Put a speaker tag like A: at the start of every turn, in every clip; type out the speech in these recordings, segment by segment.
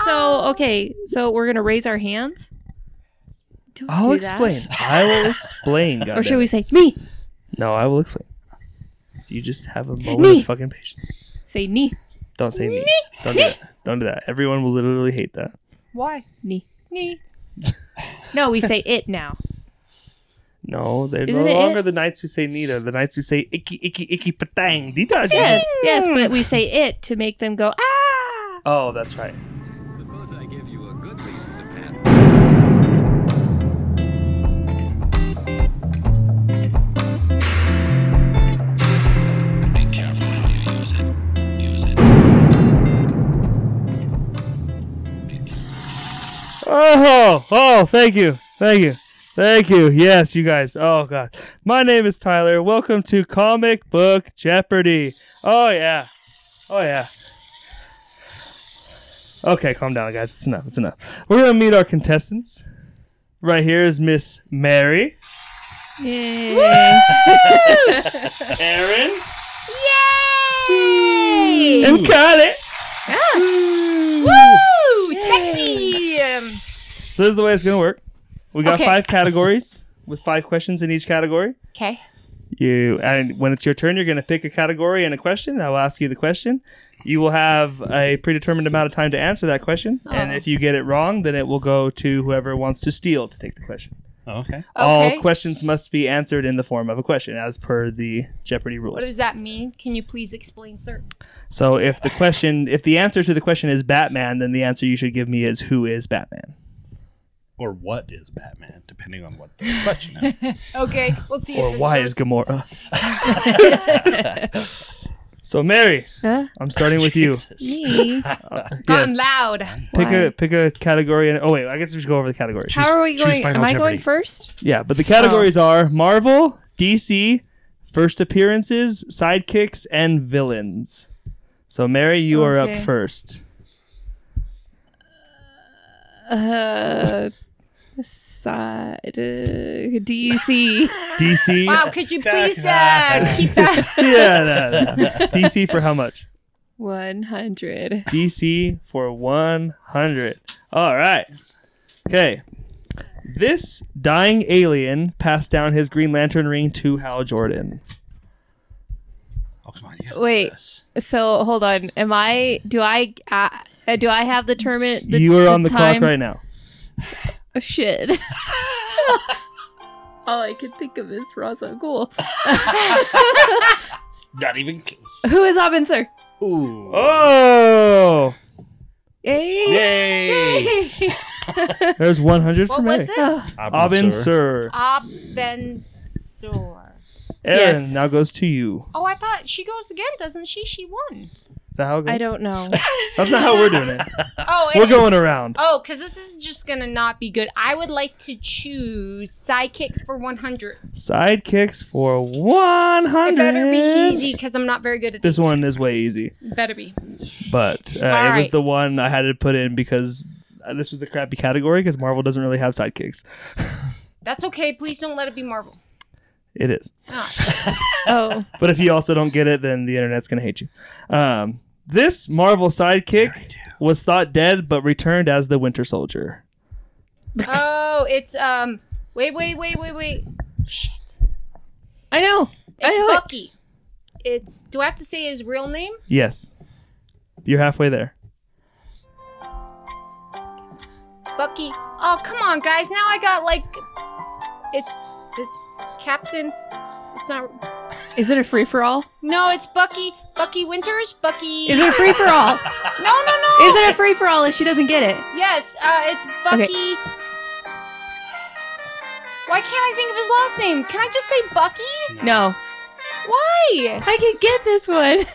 A: Oh.
B: So okay, so we're gonna raise our hands. Don't
C: I'll
B: do that.
C: explain. I will explain. God
B: Or should we say me?
C: No, I will explain. You just have a moment
B: Me.
C: of fucking patience.
B: Say knee,
C: Don't say me. Don't do that. Don't do that. Everyone will literally hate that.
A: Why?
B: knee.
A: Nee.
B: No, we say it now.
C: No, they're
B: Isn't
C: no
B: it
C: longer
B: it?
C: the knights who say Nita. The knights who say icky icky icky patang. Dita,
B: Yes, yes, but we say it to make them go ah.
C: Oh, that's right.
D: Suppose I give you a good reason to panic.
C: Oh, oh, thank you. Thank you. Thank you. Yes, you guys. Oh, God. My name is Tyler. Welcome to Comic Book Jeopardy. Oh, yeah. Oh, yeah. Okay, calm down, guys. It's enough. It's enough. We're going to meet our contestants. Right here is Miss Mary.
B: Yay.
C: Aaron.
A: Yay!
C: And Kylie.
A: Woo! Sexy! Um,
C: So this is the way it's going to work. We got
A: Okay.
C: five categories with five questions in each category.
A: Okay.
C: You and when it's your turn, you're going to pick a category and a question. I will ask you the question. You will have a predetermined amount of time to answer that question, and
A: Oh.
C: if you get it wrong, then it will go to whoever wants to steal to take the question.
E: Oh, Okay.
A: Okay.
C: All questions must be answered in the form of a question, as per the Jeopardy rules.
A: What does that mean? Can you please explain, sir?
C: so, if the question, if the answer to the question is Batman, then the answer you should give me is who is Batman.
E: Or what is Batman, depending on what the question is.
A: Okay, let's see. if
C: Or
A: this
C: why
A: goes.
C: is Gamora? so, Mary,
B: Huh?
C: I'm starting with you.
E: Jesus.
B: Me?
A: gotten
C: Yes.
A: loud?
C: Pick
B: Why?
C: a pick a category and oh wait, I guess we should go over the categories.
B: How are Oh. we
E: choose
B: going? Am
E: Final
B: I going
E: Jeopardy.
B: first?
C: yeah, but the categories are Marvel, DC, first appearances, sidekicks, and villains. So Mary, you are up
B: Okay.
C: first.
B: Uh, side uh, DC.
C: DC.
A: Wow, could you please uh, keep that?
C: yeah, no, no, no. DC for how much?
B: 100.
C: DC for 100. All right. Okay. This dying alien passed down his Green Lantern ring to Hal Jordan.
E: Oh, come on. You gotta do
B: Wait.
E: this.
B: So hold on. Am I? Do I? Uh, do I have the term? The,
C: you are on the
B: time?
C: clock right now.
B: Oh, shit. All I can think of is Ra's al Ghul.
E: Not even close.
B: Who is Abin Sur?
E: Ooh.
C: Oh,
B: Hey.
E: Yay!
C: there's 100 for
A: What
C: Mary.
A: was it?
B: Oh,
C: Abin Sur.
A: Abensor.
C: Aaron,
B: Yes.
C: now goes to you.
A: Oh, I thought she goes again, doesn't she? She won.
C: Is that how it goes?
B: I don't know.
C: That's not how we're doing it.
A: Oh,
C: We're
A: and-
C: going around.
A: Oh, because this is just gonna not be good. I would like to choose sidekicks for 100.
C: Sidekicks for 100.
A: It better be easy because I'm not very good at
C: This
A: these.
C: one is way easy,
A: Better be.
C: but uh, it was
A: right.
C: the one I had to put in because uh, this was a crappy category because Marvel doesn't really have sidekicks.
A: That's okay. Please don't let it be Marvel. Ah.
C: It is.
B: Oh,
C: But if you also don't get it, then the internet's going to hate you. Um, this Marvel sidekick was thought dead but returned as the Winter Soldier.
A: Oh, it's um. Wait, wait, wait, wait, wait. Shit.
B: I know. I
A: It's
B: know. it.
A: Bucky. It's. Do I have to say his real name?
C: Yes. You're halfway there.
A: Bucky. Oh, come on, guys. Now I got like. It's. It's Captain. It's not.
B: Is it a free for all?
A: No, it's Bucky. Bucky Winters. Bucky.
B: Is it a free for all?
A: no, no, no.
B: Is it a free for all if she doesn't get it?
A: Yes, uh, it's Bucky. Why can't I think of his last name? Can I just say Bucky?
B: No.
A: Why?
B: I can get this one.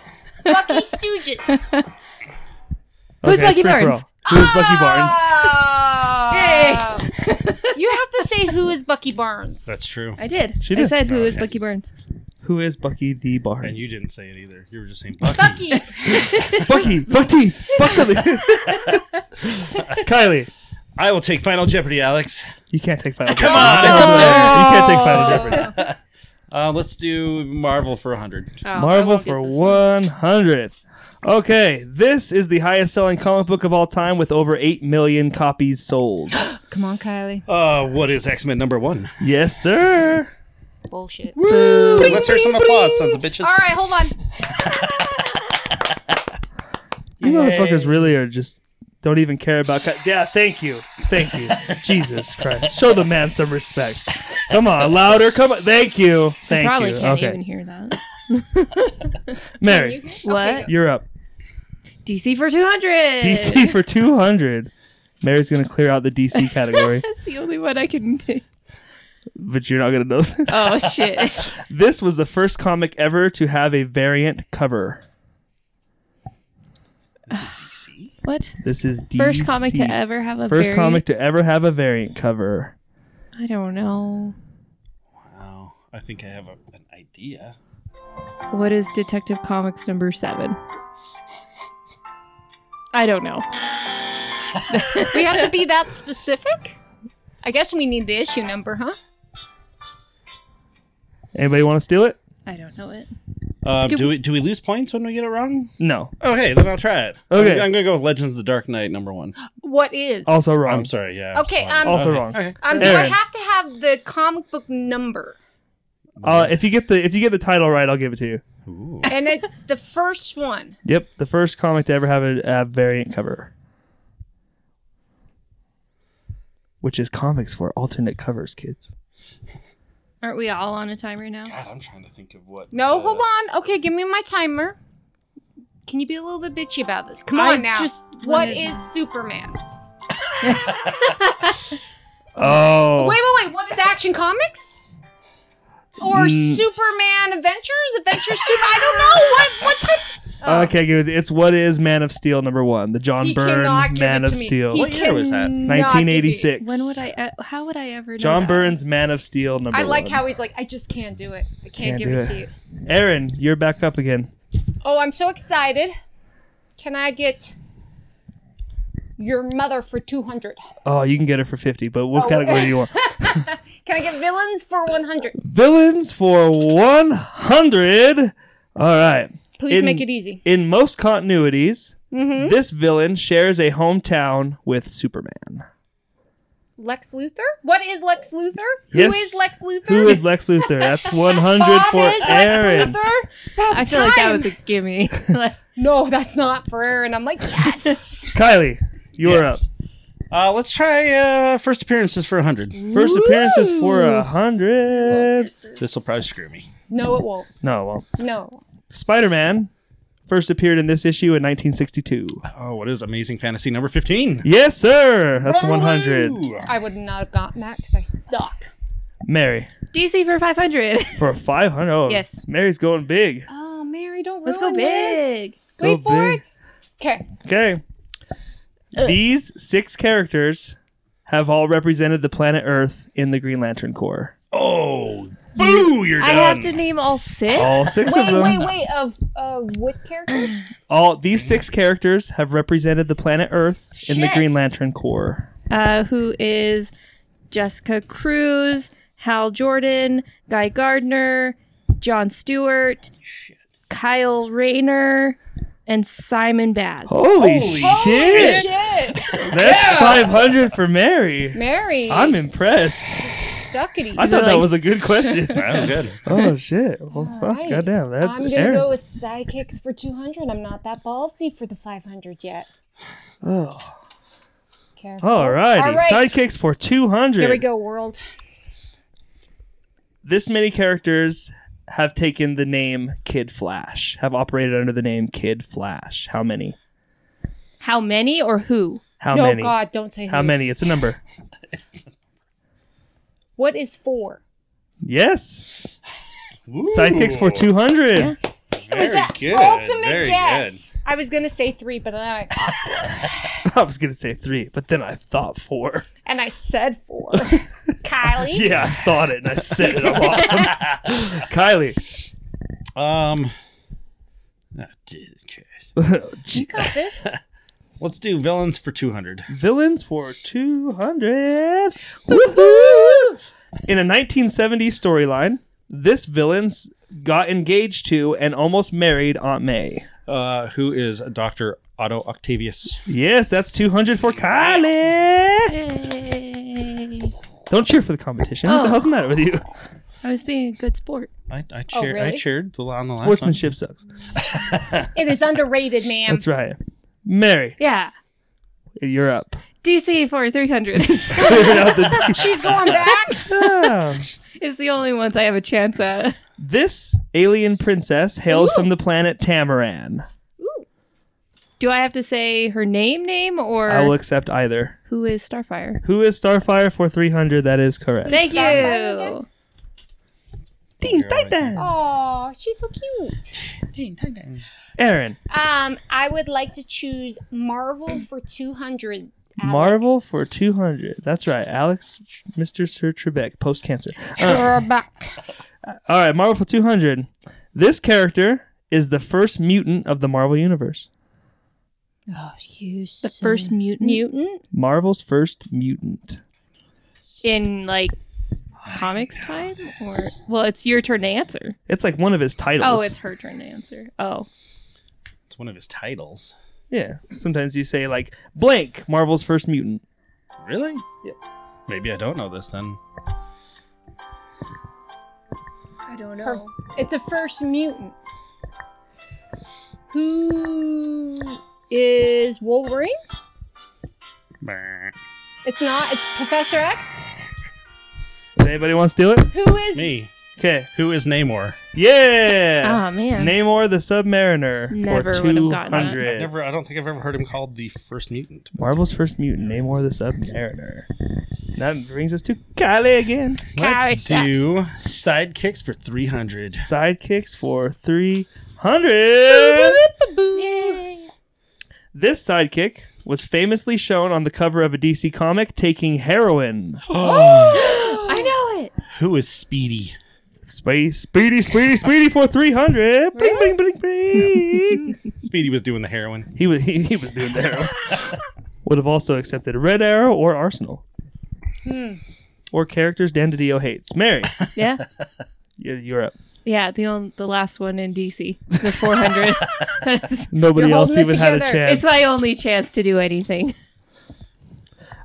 A: Bucky Stooges.
B: Who's
C: it's
B: Bucky
C: free for
B: Barnes? Ah!
C: all. Who's Bucky Barnes?
A: Barnes? Hey! Ah! you have to say who is Bucky Barnes.
E: That's true.
B: I did.
C: She
B: I
C: did.
B: said who
E: Oh,
B: is
E: okay.
B: Bucky Burns.
C: Who is Bucky the Barnes?
E: And you didn't say it either. You were just saying Bucky.
A: Bucky.
C: Bucky, Bucky, Buck something. Kylie,
E: I will take Final Jeopardy, Alex.
C: you can't take Final
E: Come
C: Jeopardy.
E: on, it's up there.
C: You can't take Final Jeopardy.
F: Oh,
C: Oh.
E: Uh, let's do Marvel for 100.
C: Marvel for 100. Okay, this is the highest selling comic book of all time with over 8 million copies sold.
A: Come on, Kylie.
E: Uh, what is X Men number one?
C: yes, sir.
A: Bullshit.
E: Woo! Let's hear some applause, sons of bitches.
A: All right, hold on.
C: You motherfuckers really are just don't even care about. Co- yeah, thank you, thank you. Jesus Christ, show the man some respect. Come on, louder. Come on. Thank you, thank
B: Probably
C: you.
B: can't
C: okay,
B: even hear that.
C: Mary,
B: What?
C: you? are up.
B: DC for 200.
C: DC for two hundred. Mary's gonna clear out the DC category,
B: That's the only one I can do.
C: but you're not gonna know this.
B: Oh, shit.
C: This was the first comic ever to have a variant cover.
B: what?
C: This is DC.
B: First comic to ever have a
C: First
B: variant-
C: comic to ever have a variant cover.
B: I don't know.
E: Wow, I think I have a, an idea.
B: What is Detective Comics number seven? I don't know.
A: We have to be that specific? I guess we need the issue number, huh?
C: Anybody want to steal it?
B: I don't know it.
E: Um,
A: Do
E: do, we do we lose points when we get it wrong?
C: No.
E: Okay, Oh, then I'll try it. I'm-
C: Okay.
E: I'm, gonna go with Legends of the Dark Knight number one.
A: What is?
C: Also wrong.
E: I'm sorry. Yeah. I'm
A: Okay,
E: sorry.
A: um,
C: Also wrong.
E: Okay.
A: um, do I
C: Aaron.
A: have to have the comic book number?
C: Uh, if you get the if you get the title right, I'll give it to you.
E: Ooh.
A: And it's the first one.
C: Yep, the first comic to ever have a, a variant cover, which is comics for alternate covers, kids.
B: Aren't we all on a timer now?
E: God, I'm trying to think of what.
A: No,
E: uh,
A: hold on. Okay, give me my timer. Can you be a little bit bitchy about this? Come
B: I
A: on now.
B: just
A: what
B: wanted-
A: is Superman?
C: Oh,
A: Wait, wait, wait. What is Action Comics? Or
C: Mm.
A: Superman Adventures? Adventures Super? I don't know. What what type?
C: I can't give it. It's what is Man of Steel number one, the John
A: He
C: Byrne
A: cannot give
C: Man
A: it
C: of
A: to me.
C: Steel,
A: He
E: What year was that?
A: cannot give me-
C: 1986.
B: When would I? e- how would I ever? Know
C: John
B: that?
C: Byrne's Man of Steel number
A: I like
C: one.
A: how he's like, I just can't do it. I
C: Can't
A: can't, give
C: do
A: it
C: it.
A: to you.
C: Aaron, you're back up again.
A: Oh, I'm so excited. Can I get your mother for 200?
C: Oh, you can get it for 50, but what
A: Oh.
C: category do you want?
A: Can I get villains for 100?
C: Villains for 100. All right.
A: Please
C: In-
A: make it easy.
C: In most continuities,
A: Mm-hmm.
C: this villain shares a hometown with Superman.
A: Lex Luthor? What is Lex Luthor?
C: Yes.
A: Who is Lex Luthor?
C: Who is Lex Luthor? That's 100
A: Bob
C: for
A: is Lex
C: Aaron.
A: Luthor?
B: I feel like that was a gimme. Like,
A: No, that's not for Aaron. I'm like, yes.
C: Kylie, you're
E: yes. Uh, let's try uh, first appearances for 100.
C: up. First appearances for 100.
E: This will probably screw me.
A: no, it won't.
C: No, well,
A: No.
C: Spider Man first appeared in this issue in 1962.
E: Oh, what is Amazing Fantasy number 15?
C: Yes, sir. That's 100.
E: Ooh.
A: I would not have gotten that because I suck.
C: Mary,
B: DC for 500.
C: for 500. Oh,
B: Yes.
C: Mary's going big.
A: Oh, Mary, don't
B: Let's go
A: ruin this.
B: big.
C: Go
A: Wait for
C: big.
A: it. Uh. Okay.
C: Okay. These six characters have all represented the planet Earth in the Green Lantern Corps.
E: Oh, boo, you're
B: I
E: done.
B: have to name all six.
C: All six of
A: Wait,
C: them.
A: wait, wait. Of uh, what characters?
C: All these six characters have represented the planet Earth in the
A: Shit.
C: Green Lantern Corps.
B: uh, who is Jessica Cruz, Hal Jordan, Guy Gardner, John Stewart, Kyle Rayner, and Simon Baz.
E: Holy
C: Holy, shit.
A: Shit.
C: That's 500 for Mary.
A: Mary.
C: I'm impressed.
A: Suckity.
C: I thought that was a good question.
E: That was good.
C: oh shit. Well, fuck.
A: right.
C: Goddamn. That's
A: I'm gonna
C: Aaron.
A: go with sidekicks for 200. I'm not that ballsy for the 500 yet.
C: oh.
A: Careful.
C: All righty.
A: All right.
C: Sidekicks for 200.
A: Here we go, world.
C: this many characters have taken the name Kid Flash, have operated under the name Kid Flash. How many?
B: How many or who?
C: How
A: no,
C: many?
A: God, don't say
C: How
A: who.
C: many? It's a number.
A: What is four?
C: Yes.
E: Ooh.
C: Sidekicks for 200.
E: Very
A: Is that
E: good.
A: ultimate
E: Very
A: guess? I was gonna say three, but then I
C: I was going to say 3, but then I thought 4.
A: and I said four. Kylie.
C: Yeah, I thought it and I said it. I'm awesome. Kylie.
E: good. Um, ah, dude, okay.
C: Gee.
A: Got this.
E: let's do villains for 200.
C: Villains for 200. Woohoo! In a 1970s storyline, this villain s- got engaged to and almost married Aunt May.
F: uh, who is Dr. Otto Octavius.
C: Yes, that's 200 for Kylie.
B: Yay.
C: Don't cheer for the competition. What the
B: Oh.
C: hell's the matter with you?
B: I was being a good sport.
F: I, I,
A: Oh,
F: cheer, I
A: really?
F: cheered the, on the
C: Oh.
F: last one.
C: Sportsmanship sucks.
A: It is underrated, ma'am.
C: That's right. Mary,
B: Yeah.
C: you're up.
B: DC for 300
C: Clearing out the-
A: She's going back.
C: Ah.
B: is the only ones I have a chance at.
C: This alien princess hails from the planet Tamaran.
B: Do I have to say her name, name, or
C: I will accept either.
B: who is Starfire?
C: Who is Starfire for 300? That is correct.
B: Thank
A: Starfire
B: you.
C: Teen Titans.
A: Oh, she's so cute.
C: Aaron,
A: Um, I would like to choose Marvel for two hundred.
C: Marvel for 200. That's right. Alex, Mr. Sir Trebek, post cancer. Uh. All right, Marvel for 200. This character is the first mutant of the Marvel Universe.
A: Oh, you
B: The first mutant
A: mutant.
C: Marvel's first mutant.
B: in like comics time, or well, it's your turn to answer.
C: It's like one of his titles.
B: Oh, it's her turn to answer. Oh,
F: It's one of his titles.
C: Yeah. Sometimes you say, like, blank, Marvel's first mutant.
F: Really?
C: Yep.
F: Maybe I don't know this then.
A: I don't know. it's a first mutant. Who is Wolverine? It's not. It's Professor X.
C: Does anybody wants to do it?
A: Who is?
F: Me.
C: Okay.
F: Who is Namor?
C: Yeah.
B: oh man.
C: Namor the Submariner.
B: Never
C: for
B: would've gotten that.
C: 200.
F: I've never. I don't think I've ever heard him called the first mutant.
C: Marvel's first mutant, Namor the Submariner. That brings us to Kylie again.
F: Let's do sidekicks for three hundred.
C: Sidekicks for 300.
B: Yay.
C: This sidekick was famously shown on the cover of a DC comic taking heroin.
B: I know it.
F: Who is Speedy?
C: Space, speedy, speedy, speedy for 300. Bling, bling, bling, bling.
F: Speedy was doing the heroin.
C: he, was, he, he was doing the arrow. Would have also accepted Red Arrow or Arsenal.
A: Hmm.
C: Or characters Dan DiDio hates. Mary,
B: Yeah,
C: you- you're up.
B: yeah. The on, the last one in DC, the 400. That's-
C: Nobody
A: You're
C: else
A: holding it
C: even had a
A: together.
C: chance.
B: it's my only chance to do anything.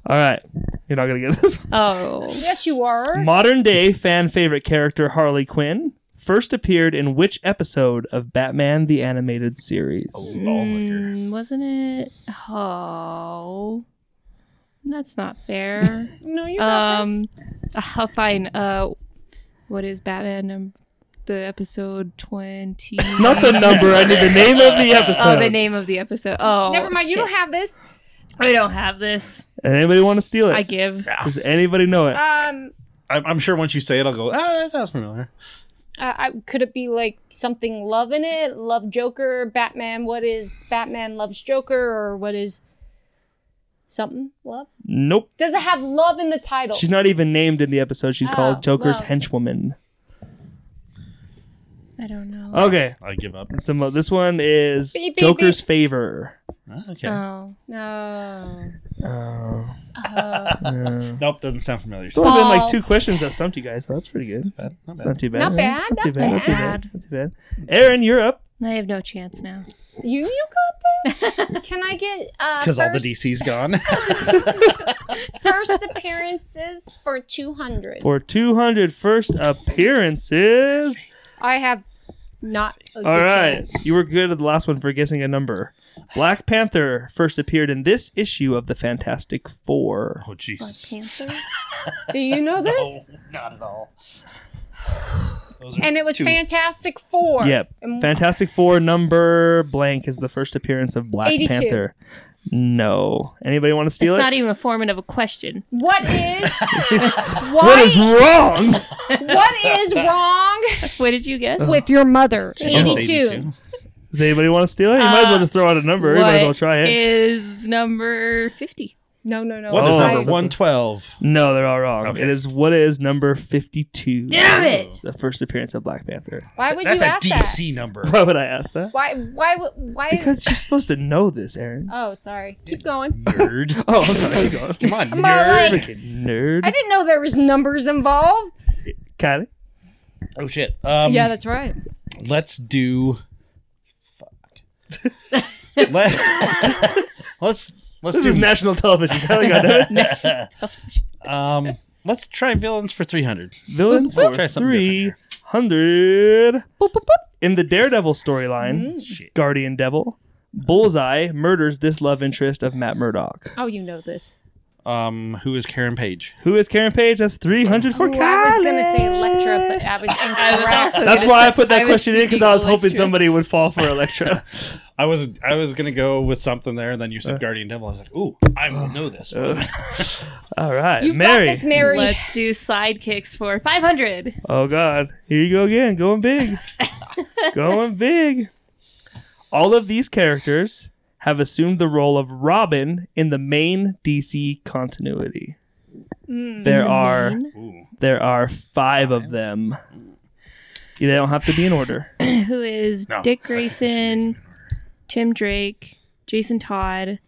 C: All right. You're not going to get this.
B: Oh,
A: Yes, you are.
C: Modern day fan favorite character Harley Quinn first appeared in which episode of Batman the Animated
A: Oh.
C: Series?
F: Lawlicker.
B: Mm, wasn't it? Oh, that's not fair.
A: No, you got this.
B: um, uh, fine. Uh, what is Batman? Um, the episode twenty.
C: Not the number, I need the name of the episode.
B: Oh, the name of the episode. Oh,
A: Never mind. You don't
B: shit.
A: have this.
B: I don't have this.
C: Anybody want to steal it?
B: I give.
C: Does anybody know it?
A: Um,
F: I'm, I'm sure once you say it, I'll go. Ah, that sounds familiar.
A: uh, I, could it be like something love in it? Love Joker, Batman. What is Batman loves Joker, or what is something love?
C: Nope.
A: Does it have love in the title?
C: She's not even named in the episode. She's
A: Oh,
C: called Joker's
A: well.
C: henchwoman.
B: I don't know.
C: Okay.
F: I give up.
C: So mo- this one is
A: Beep, beep,
C: Joker's favor.
F: Ah, okay.
B: Oh,
A: no.
C: Oh.
F: nope, doesn't sound familiar.
C: It's only been like
A: Balls.
C: two questions that stumped you guys, so that's pretty good.
F: Bad, not
C: It's
F: bad.
C: not too bad.
A: Not bad,
C: Not too
A: not
C: bad. Not too bad.
B: bad.
C: Not too bad. Aaron, you're up.
B: I have no chance now.
A: You you got this? Can I get uh
F: Because all the
A: first-
F: DC's gone.
A: first appearances for two hundred?
C: for 200 first appearances.
A: I have not. A
C: All
A: good
C: right.
A: chance.
C: You were good at the last one for guessing a number. Black Panther first appeared in this issue of the Fantastic Four.
F: oh Jesus.
B: Cancer.
A: Do you know this?
F: Oh, not at all. Those are
A: And it was
F: two-
A: Fantastic Four.
C: Yep.
A: And-
C: Fantastic Four number blank is the first appearance of Black
A: 82.
C: Panther. No. Anybody want to
B: It's
C: steal it?
B: not even a form of a question.
A: What is?
C: what
A: why?
C: is wrong?
A: what is wrong
B: What did you
C: Uh, Oh.
B: guess?
A: with your mother?
F: Almost
A: 82.
C: Does anybody want to steal it? You might as well
B: Uh,
C: just throw out a number. You might as well try it.
B: Is number fifty.
A: No, no, no.
F: What is
C: Oh.
F: number
C: Nice.
F: 112?
C: no, they're all wrong.
F: Okay.
C: It is what is number 52.
B: Damn it!
C: The first appearance of Black Panther.
A: Why would
F: That's
A: you
F: a
A: ask that?
F: DC number.
C: Why would I ask that?
A: Why? Why? would- Why? Is,
C: Because you're supposed to know this, Aaron.
A: oh, sorry. Keep going.
F: Nerd.
C: Oh, I'm sorry. Go on.
F: Come on,
A: I'm all
F: nerd.
A: like, I
C: Nerd.
A: didn't know there was numbers involved.
C: Kylie.
F: Oh shit. Um,
A: yeah, that's right.
F: Let's do. Fuck. Let, let's let's
C: This
F: do
C: is national television. Kelly got that.
F: um let's try villains for 300.
C: Villains for
F: Try something different
C: three
F: here.
C: hundred in the Daredevil storyline. Guardian Devil, Bullseye murders this love interest of Matt Murdock.
A: Oh, you know this.
F: Um who is Karen Page?
C: Who is Karen Page? That's three hundred for
A: Ooh, I
C: Karen.
A: was gonna say Electra, but I was incorrect.
C: That's why I put that
B: I was
C: question in because
B: thinking
C: I was hoping
B: Electra.
C: somebody would fall for Electra.
F: I was I was going to go with something there and then you said Guardian Devil. I was like, "Ooh, I will know this." one.
C: All right,
A: you got
C: Mary.
A: this, Mary.
B: Let's do sidekicks for 500.
C: Oh God, here you go again, going big, going big. All of these characters have assumed the role of Robin in the main DC continuity. there are
F: Ooh.
C: there are five of them. They don't have to be in order.
B: Who is
F: No.
B: Dick Grayson, Tim Drake, Jason Todd,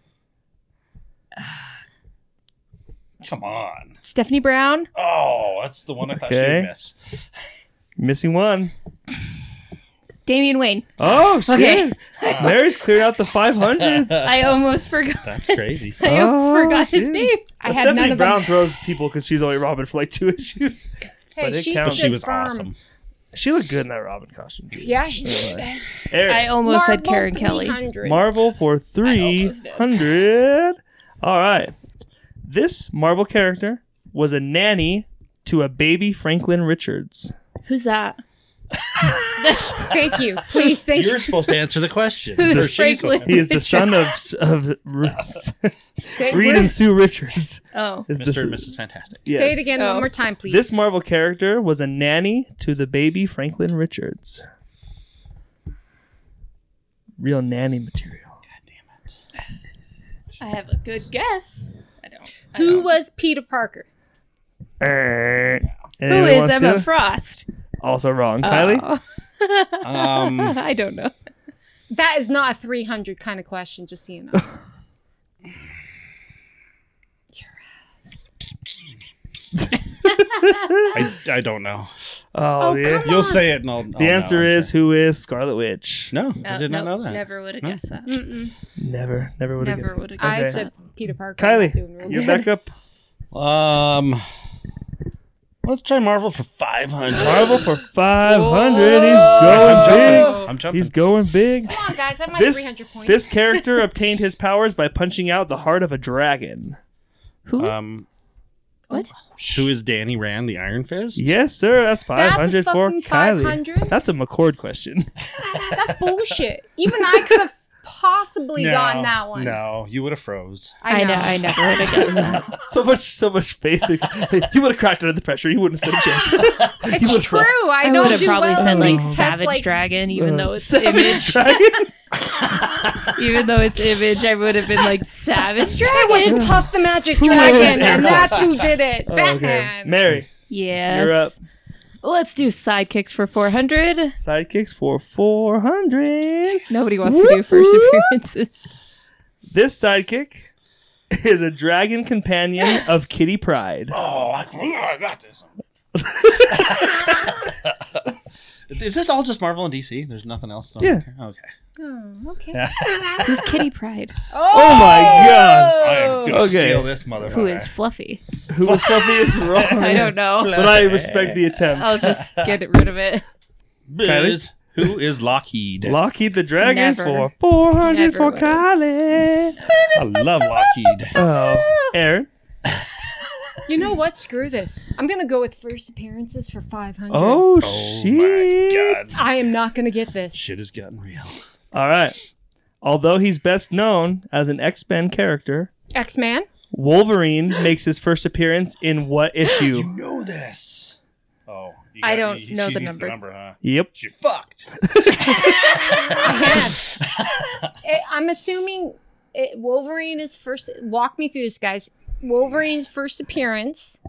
F: Come on.
B: Stephanie Brown?
F: Oh, that's the one I thought she
C: Okay.
F: would miss.
C: Missing one.
B: Damian Wayne.
C: Oh shit!
B: Okay.
C: Mary's cleared out the five hundreds.
B: I almost forgot.
F: That's crazy.
B: I almost
C: Oh,
B: forgot his
C: shit.
B: name.
A: I had none
C: Stephanie
A: of
C: Brown
A: them.
C: throws people because she's only Robin for like two issues.
A: Hey,
C: but it
A: she
F: But
C: counts.
A: stood
F: she was
A: firm.
F: awesome.
C: She looked good in that Robin costume. too.
A: Yeah, she did.
C: Eric.
B: I almost said
A: Marvel
B: Karen Kelly.
A: 300.
C: Marvel for 300. All right. This Marvel character was a nanny to a baby Franklin Richards.
B: Who's that?
A: Thank you. Please, thank you.
F: You're supposed to answer the question.
B: Who's
F: Or she's
B: Franklin?
F: supposed to.
C: He is the son of of R-
A: Say,
C: Reed and Sue Richards.
B: Oh.
C: Is
F: Mr. and Mrs. Fantastic.
C: yes.
A: say it again
B: Oh.
A: one more time, please.
C: This Marvel character was a nanny to the baby Franklin Richards. Real nanny material.
B: I have a good guess. I don't.
A: Who was Peter Parker?
C: Err.
B: Who
C: Anyone
B: is
C: wants
B: Emma
C: to?
B: Frost?
C: Also wrong. Kylie?
B: Oh.
F: Um,
B: I don't know.
A: That is not a 300 kind of question, just so you know. Your ass.
F: I, I don't know.
C: Oh,
A: Oh,
C: yeah.
A: come
F: You'll say it, and I'll.
C: The answer is who is Scarlet Witch?
F: no. I did not know that.
B: Never would have
F: No.
B: guessed that.
A: Mm-mm.
C: Never, never would have
B: Never
C: guessed.
B: would have
A: I
C: Okay.
B: guessed
A: said
B: that.
A: Peter Parker. Doing real
C: Kylie, you're
A: good.
C: back up.
F: Um, let's try Marvel for five hundred.
C: Marvel for 500.
F: I'm
C: He's going
F: jumping. I'm
C: big.
F: jumping.
C: He's going big.
A: Come on, guys. I'm at
C: This
A: 300 points.
C: this character obtained his powers by punching out the heart of a dragon.
B: Who?
F: um,
B: what?
F: who is Danny Rand, the Iron Fist?
C: Yes, sir. That's 500 for
A: fucking
C: Kylie.
A: 500.
C: That's a McCord question.
A: That's bullshit. Even I could have possibly
F: No,
A: gotten that one.
F: No, you would have froze.
B: I know. I never would have guessed that.
C: so much, so much faith. he would have cracked under the pressure. He wouldn't have stood a chance.
A: It's true. I,
B: I,
A: don't
B: would have
A: do
B: probably
A: well
B: said
A: in
B: like
A: these tests,
B: Savage
A: like,
B: Dragon, even though it's
C: Savage
B: image.
C: dragon.
B: Even though it's image, I would have been like Savage Dragon.
A: It was Puff the Magic Dragon, and that's who did it.
F: Oh,
C: Oh, Okay,
A: Batman.
C: Mary,
B: Yes.
C: you're up.
B: Let's do sidekicks for 400.
C: Sidekicks for 400.
B: Nobody wants to do first appearances.
C: This sidekick is a dragon companion of Kitty Pride.
F: Oh, I, I got this. is this all just Marvel and DC? There's nothing else. thrown in
C: Yeah.
F: here? Okay.
A: Oh, okay.
B: Who's Kitty Pride?
C: Oh my god!
F: I am gonna
C: Okay.
F: steal this motherfucker.
B: Who is Fluffy?
C: Who was filthy is
B: I
C: wrong.
B: don't know.
C: But I respect the attempt.
B: I'll just get rid of it.
F: Biz, who is Lockheed?
C: Lockheed the Dragon
B: Never.
C: for 400
B: Never
C: for
B: would've.
C: Kylie.
F: I love Lockheed.
C: Oh, Aaron.
A: You know what? Screw this. I'm gonna go with first appearances for 500.
C: Oh,
F: Oh
C: shit.
F: my god.
A: I am not gonna get this.
F: Shit has gotten real.
C: All right. Although he's best known as an X Men character,
A: X Man.
C: Wolverine makes his first appearance in what issue?
F: know this. Oh, you
B: I don't know
F: she
B: the
F: needs
B: number.
F: huh?
C: Yep.
F: She fucked.
A: I have. I- I'm assuming it, Wolverine is first. Walk me through this, guys. Wolverine's first appearance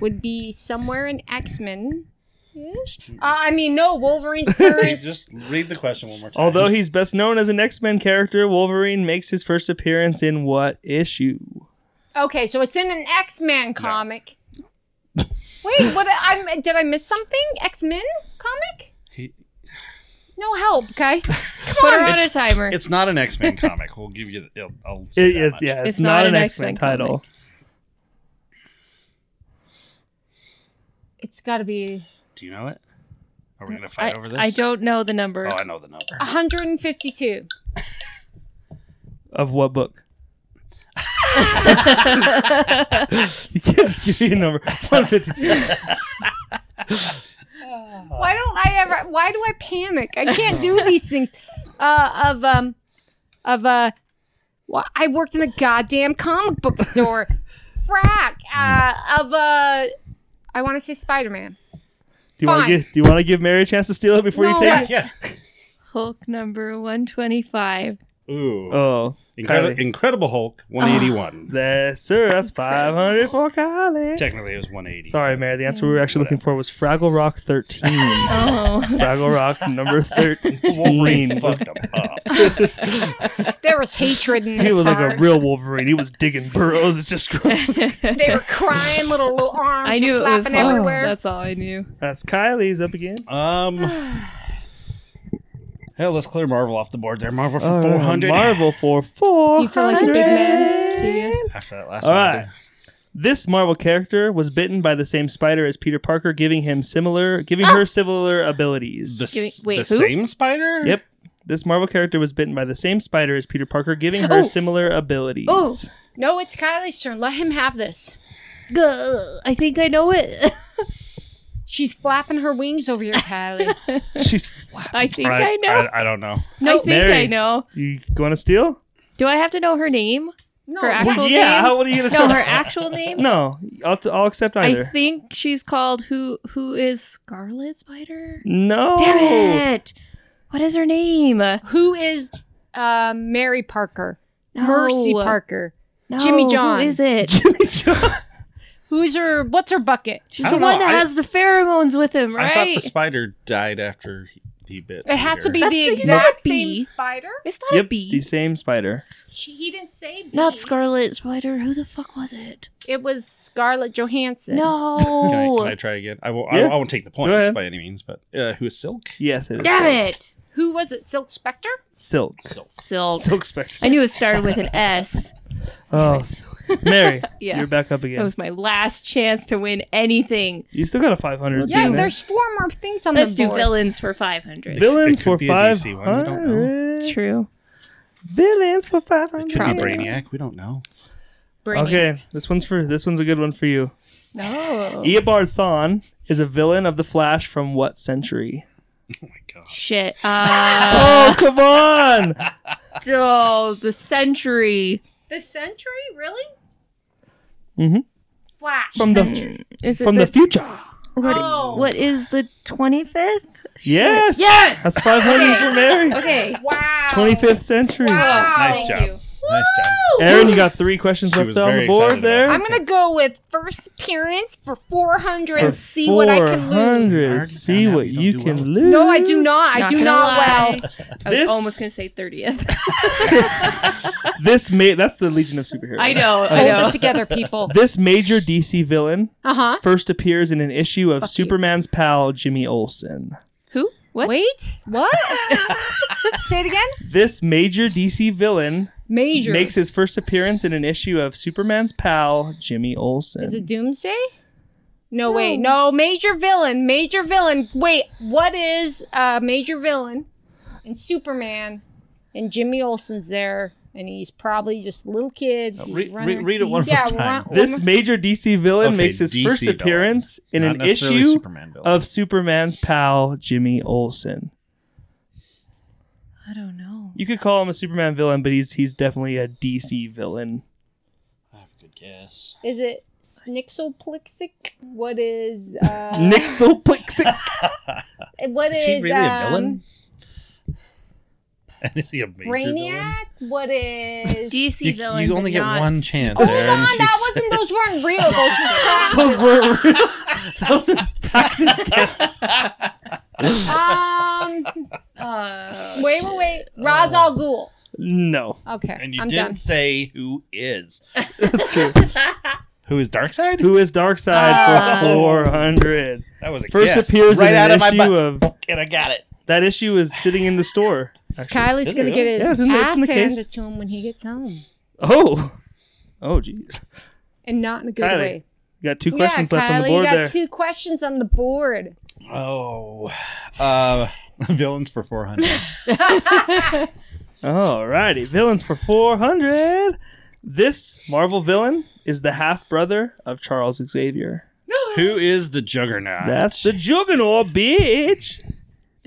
A: would be somewhere in X Men. Uh, I mean, no, Wolverine's
F: Hey,
A: current.
F: just read the question one more time.
C: Although he's best known as an X Men character, Wolverine makes his first appearance in what issue?
A: Okay, so it's in an X Men comic. Wait, what? I did I miss something? X Men comic?
F: He-
A: No, No help, guys. Come
B: Put her on
A: on.
B: a timer.
F: It's not an X Men comic. We'll give you. The, I'll, I'll say
C: It-
F: that
C: it's
F: much.
C: yeah, it's,
B: It's
C: not, an X Men title.
B: comic.
A: It's got to be
F: Do you know it? Are we gonna fight
B: I,
F: over this?
B: I don't know the number.
F: Oh, I know the number.
A: 152.
C: Of what book? you can't just give me a number. One fifty two.
A: Why don't I ever? Why do I panic? I can't do these things. Uh, of um, of uh, wh- I worked in a goddamn comic book store. Frack. Uh, of uh, I want to say Spider Man.
C: Do you want
A: Fine.
C: to give Do you want to give Mary a chance to steal it before
A: No.
C: you take it?
F: Yeah.
B: Hulk number 125.
F: Ooh.
C: Oh,
F: Incredi-
C: Kylie.
F: Incredible Hulk, 181.
C: Yes, sir. That's five hundred for Kylie.
F: Technically, it was 180.
C: Sorry, Mary. The answer we were actually looking for was Fraggle Rock thirteen.
B: Oh,
C: Fraggle Rock number
F: Wolverine
C: thirteen.
F: fucked him up.
A: There was hatred in his
C: He was like a
A: heart.
C: real Wolverine. He was digging burrows. It's just
A: They were crying, little little arms
B: I knew
A: were
B: it was
A: flapping
B: Hulk.
A: everywhere.
B: That's all I knew.
C: that's Kylie's up again.
F: Um. Hell, let's clear Marvel off the board there. Marvel for
C: All right,
F: 400.
C: Marvel for four.
A: Do you feel like a big man? Do you?
F: After that last
C: All
F: one. I
C: right.
F: did.
C: This Marvel character was bitten by the same spider as Peter Parker, giving him similar, giving her similar abilities.
F: The, s-
B: Wait,
F: the
B: who?
F: same spider?
C: Yep. This Marvel character was bitten by the same spider as Peter Parker, giving her
B: Oh.
C: similar abilities.
B: Oh.
A: No, it's Kylie's turn. Let him have this.
B: Gah, I think I know it.
A: She's flapping her wings over here, Kylie.
C: She's flat.
B: I think I, know.
F: I, don't know.
B: I think
C: Mary.
B: I know.
C: You going to steal?
B: Do I have to know her name?
A: No,
B: Her actual
C: yeah.
B: name?
C: How, what are you going to
B: No,
C: tell?
B: her actual name?
C: No, I'll, t- I'll accept either.
B: I think she's called who who is Scarlet Spider?
F: Oh.
C: no.
B: Damn it. What is her name?
A: who is uh, Mary Parker?
B: No.
A: Mercy Parker.
B: No,
A: Jimmy John.
B: Who is it?
C: Jimmy John.
A: Who's her? What's her bucket?
B: She's
F: I
B: the
F: don't
B: one
F: know.
B: that
F: I-
B: has the pheromones with him,
F: I thought
B: right?
F: the spider died after he, he bit.
A: It has to be
F: Peter.
B: That's
A: the
B: the
A: exact
B: zombie.
A: same spider.
B: it's not a
C: Yep,
B: bee.
C: the same spider.
A: She, he didn't say.
B: Not
A: bee.
B: Scarlet Spider. Who the fuck was it?
A: It was Scarlett Johansson.
F: Can I, can I
B: No.
F: try again? I won't,
C: Yeah.
F: I, I won't take the
C: Go
F: points
C: ahead.
F: by any means, but uh, who is Silk?
C: Yes, it is.
B: Damn
C: silk.
B: it.
A: Who was it? Silk Spectre?
C: Silk.
B: Silk.
C: Silk Spectre.
B: I knew it started with an S.
C: Oh, silk. Mary,
B: Yeah.
C: you're back up again.
B: That was my last chance to win anything.
C: You still got a 500.
A: Yeah,
C: in there.
A: there's four more things on
B: Let's
A: the
B: do
A: board.
B: villains for 500.
C: Villains
F: It
C: for
F: could be a DC one, you don't know.
C: 500.
B: True.
C: Villains for 500.
F: Could
B: Probably.
F: be Brainiac. We don't know. Oh
A: Brainiac.
C: Okay, this one's for this one's a good one for you.
B: Oh.
C: Eobard Thawne is a villain of the Flash from what century?
F: Oh my gosh.
B: Shit. Uh,
C: oh come on!
B: oh, the century.
A: The Sentry, really?
F: Mm-hmm.
C: Mhm.
A: Flash.
C: From the-
A: Sentry.
B: Is it
C: From the future.
B: what,
A: Oh.
B: what is the 25th?
C: Yes.
B: Yes!
C: That's 500 for Mary.
B: Okay.
A: Wow.
C: 25th century.
A: Wow.
F: Nice
B: Thank
F: job.
B: you.
F: Nice job.
C: Aaron, you got three questions
F: She
C: left
F: was
C: on the
F: very
C: board
F: excited
C: there.
F: about
A: I'm gonna go with first appearance for 400
C: For
A: and see what I can lose.
C: 400, See
F: Found out
C: what
F: you don't
C: you
F: do
C: can
F: well.
C: lose.
A: No, I do not. I do
B: gonna
A: not
B: lie.
A: well.
B: I was
C: This-
B: almost going to say 30th.
C: This ma- that's the Legion of Superheroes.
B: I know. I
A: Hold
B: know.
A: it together, people.
C: This major DC villain
A: Uh huh.
C: first appears in an issue of
B: Fuck you.
C: Superman's pal Jimmy Olsen.
B: Who? What?
A: Wait, what? Say it again.
C: This major DC villain
A: Major.
C: makes his first appearance in an issue of Superman's pal Jimmy Olsen.
A: Is it Doomsday? No, wait, no. Major villain. Major villain. Wait, what is uh major villain? And Superman, and Jimmy Olsen's there, and he's probably just a little kid. He's
F: re-
A: running-
F: re- read it one
A: yeah,
F: more time.
A: run-
C: this major DC villain
F: Okay,
C: makes his
F: DC
C: first
F: villain.
C: appearance in
F: Not
C: an
F: necessarily
C: issue
F: Superman villain.
C: of Superman's pal Jimmy Olsen.
B: I don't know.
C: You could call him a Superman villain, but he's he's definitely a DC villain.
F: I have a good guess.
A: is it Snixelplixic? What is uh
C: Nixelplexi.
A: what is,
F: Is he really a
A: um,
F: villain? And is he a major villain?
A: Brainiac? What is
B: DC
F: You,
B: villain.
F: you
B: but
F: only get
B: not- Oh
F: one chance,
A: Hold
F: Aaron.
A: on,
F: You
A: that
F: said-
A: wasn't those weren't real. Those
C: Those were real.
A: were
C: Those are practice guess.
A: um,
B: Uh,
A: wait, wait, wait.
C: Uh,
A: Ra's al Ghul.
C: No,
A: Okay,
F: And you
A: I'm
F: didn't
A: done.
F: say who is.
C: that's true.
F: Who is Darkseid?
C: Who is Darkseid for
B: Ah.
A: Oh.
C: four hundred?
F: That was a
C: First
F: guess.
C: appears
F: right
C: in
F: out
C: an
F: of my
C: issue
F: butt,
C: of
F: and I got it.
C: That issue is sitting in the store. Actually.
A: Kylie's
F: Is it
A: gonna get
F: really?
C: Yeah,
A: his
C: it's in the- it's
A: ass
C: in the
A: handed
C: case.
A: to him when he gets home,
C: Oh, oh, jeez.
A: and not in a good
C: Kylie,
A: way.
C: You got two questions
A: yeah,
C: left
A: Kylie,
C: on the board
A: you got
C: there.
A: two questions on the board.
F: Oh, uh, villains for four hundred.
C: Alrighty, villains for 400. This Marvel villain is the half brother of Charles Xavier.
F: Who is the juggernaut?
C: That's the juggernaut, bitch.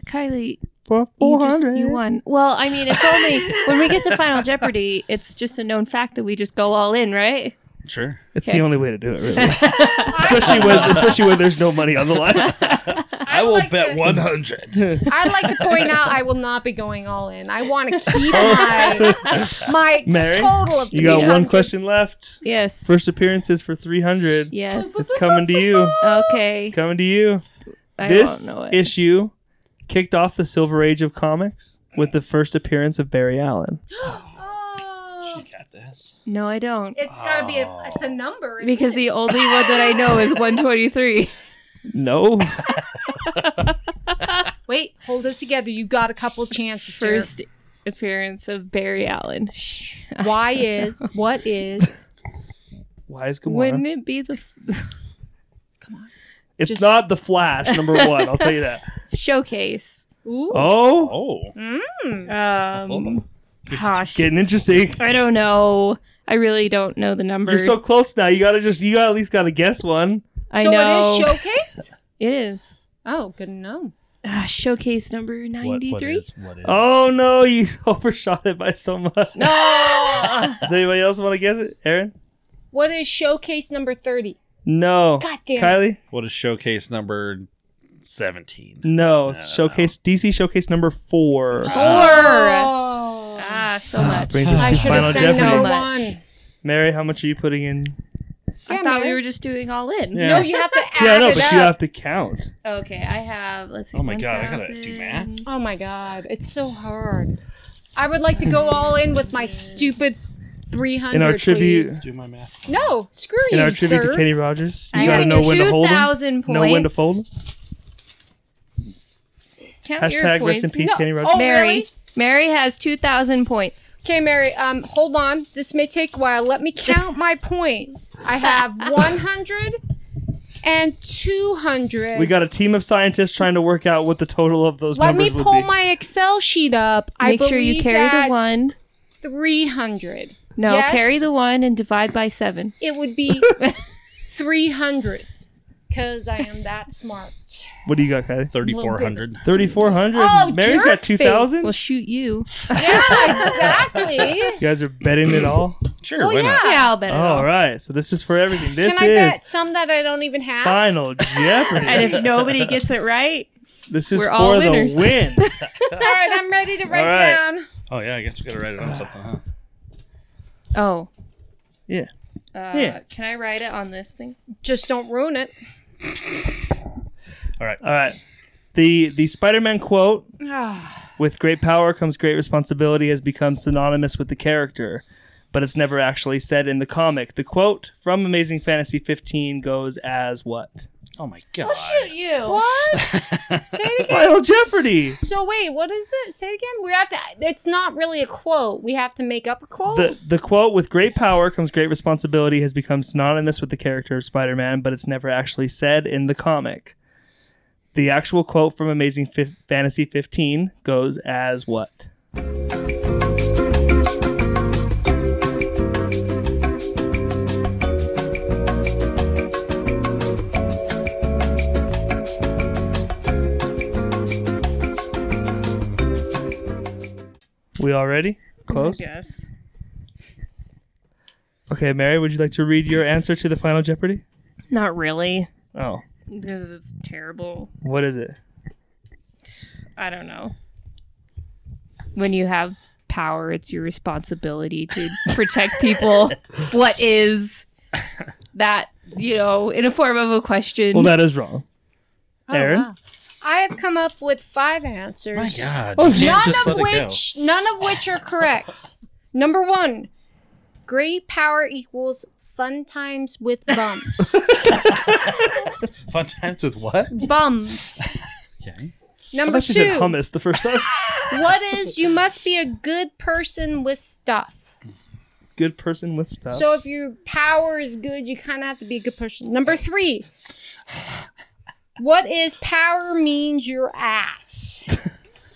B: Kylie,
C: For
B: you,
C: 400.
B: just, you won. Well, I mean, it's only when we get to Final Jeopardy, it's just a known fact that we just go all in, right?
F: sure.
C: It's the only way to do it, really. especially when especially when there's no money on the line.
F: I will
A: like
F: bet
A: to-
F: one hundred.
A: I'd like to point out I will not be going all in. I want to keep my my
C: Mary,
A: total of
C: You got one
A: 300.
C: question left.
B: Yes.
C: First appearances for 300.
B: yes.
C: It's coming to you.
B: Okay.
C: It's coming to you.
B: I
C: this
B: don't know it.
C: issue kicked off the silver age of comics with the first appearance of Barry Allen.
A: Oh,
F: Got this.
B: no, I don't.
A: it's gotta be a, it's a number isn't
B: Because
A: it?
B: the only one that I know is 123.
C: No.
A: wait, hold it together. You got a couple chances. here.
B: First appearance of Barry Allen. Shh.
A: why is what is
C: Why is Gamora?
B: Wouldn't it be the f-
C: it's
A: just-
C: not the Flash, number one. I'll tell you that.
B: showcase?
A: ooh hmm?
C: Oh,
F: Oh,
B: Um,
C: it's getting interesting.
B: I don't know. I really don't know the number.
C: You're so close now. You gotta just. You gotta at least gotta guess one.
B: I
A: so
B: know.
A: it is showcase.
B: It is.
A: Oh, good to know.
B: Ah, showcase number
E: What, what
B: 93.
E: is? What is?
C: Oh no, you overshot it by so much.
B: No!
C: Does anybody else want to guess it, Aaron?
A: What is showcase number thirty?
C: No.
A: God damn it.
C: Kylie.
F: what is showcase number seventeen?
C: No. It's showcase DC showcase number four.
B: Four!
A: Oh,
B: Ah, so much.
C: Brings us
A: I
C: to
A: should have
C: final
A: said
C: Jeopardy.
A: number
B: Much.
A: one.
C: Mary, how much are you putting in?
B: I
A: Yeah,
B: thought we
A: Mary.
B: were just doing all in.
C: Yeah.
A: No, you have to add
C: yeah, I know,
A: it
C: but
A: up.
C: you have to count.
B: Okay, I have, let's see.
F: Oh my God, I gotta
B: 1,000.
F: do math.
A: Oh my god, it's so hard. I would like to go all in with my stupid 300.
C: In our tribute,
A: please.
F: Do my math.
A: No, screw
C: in
A: you,
C: our tribute
A: sir.
C: to Katie Rogers, you
B: I
C: gotta
B: got
C: know when to hold them,
B: 2,000 points.
C: know when to fold 'em.
B: Count your
C: Hashtag
B: points.
C: rest in peace,
A: No.
C: Kenny
A: Oh,
C: Rogers.
B: Mary.
A: really?
B: Mary has 2,000 points.
A: Okay, Mary, um, hold on. This may take a while. Let me count my points. I have 100 and 200.
C: We got a team of scientists trying to work out what the total of those
A: Let me
C: numbers would
A: pull
C: be.
A: my Excel sheet up.
B: Make
A: I
B: sure you
A: believe
B: carry
A: that
B: the one.
A: 300.
B: No,
A: Yes?
B: carry the one and divide by seven.
A: It would be 300 because I am that smart.
C: what do you got, Kylie?
F: Thirty-four hundred.
C: Thirty-four hundred.
A: Oh,
C: Mary's
A: jerk
C: got two thousand.
B: Well,
C: You
B: shoot you.
A: Yeah, exactly.
C: guys are betting it all.
F: Sure.
A: Well,
F: why not?
A: yeah.
B: Yeah, I'll bet it all.
C: all right, so this is for everything. This
A: Can I
C: is
A: bet some that I don't even have?
C: final Jeopardy.
B: And if nobody gets it right,
C: This is
B: We're all
C: for the
B: winners.
C: win.
A: All right, I'm ready to write
C: right.
A: down.
F: Oh yeah, I guess we gotta write it on something, huh?
B: oh,
C: Yeah.
B: uh,
C: Yeah.
B: can I write it on this thing?
A: Just don't ruin it.
C: All right. The the Spider-Man quote
A: Ah,
C: With great power comes great responsibility has become synonymous with the character, but it's never actually said in the comic. The quote from Amazing Fantasy 15 goes as what?
F: Oh my god.
B: Shoot you.
A: what? Say it again.
C: Final Jeopardy.
A: So wait, what is it? Say it again. We have to. It's not really a quote. We have to make up a quote.
C: The the quote with great power comes great responsibility has become synonymous with the character of Spider-Man, but it's never actually said in the comic. The actual quote from Amazing Fi- Fantasy 15 goes as what? We all ready? Close?
B: Yes.
C: Okay, Mary, would you like to read your answer to the final Jeopardy?
B: Not really,
C: Oh,
B: because it's terrible.
C: what is it?
B: I don't know. When you have power, it's your responsibility to protect people. what is that? You know, in a form of a question.
C: Well, that is wrong.
A: oh,
C: Aaron?
A: wow. I have come up with five answers.
F: My god.
C: Oh,
F: Jesus,
C: Jesus.
A: none
F: just
A: of
F: let it go.
A: which none of which are correct. Number one, great power equals fun times with bums.
F: Fun times with what?
A: bums.
F: Okay.
C: I
A: Number
C: thought she said
A: two,
C: hummus the first time.
A: what is you must be a good person with stuff.
C: Good person with stuff.
A: So if your power is good, you kind of have to be a good person. Number three, what is power means your ass.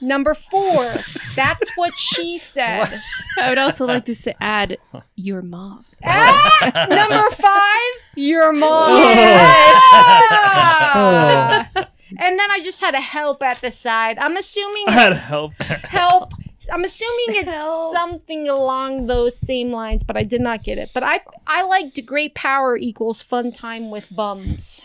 A: Number four, that's what she said.
B: I would also like to say, add your mom.
A: Ah! number five, your mom.
C: Oh.
A: Ah! And then I just had a help at the side. I'm assuming
C: I had
A: it's
C: help.
A: help. I'm assuming it's
B: Help.
A: something along those same lines, but I did not get it. But I I liked great power equals fun time with bums.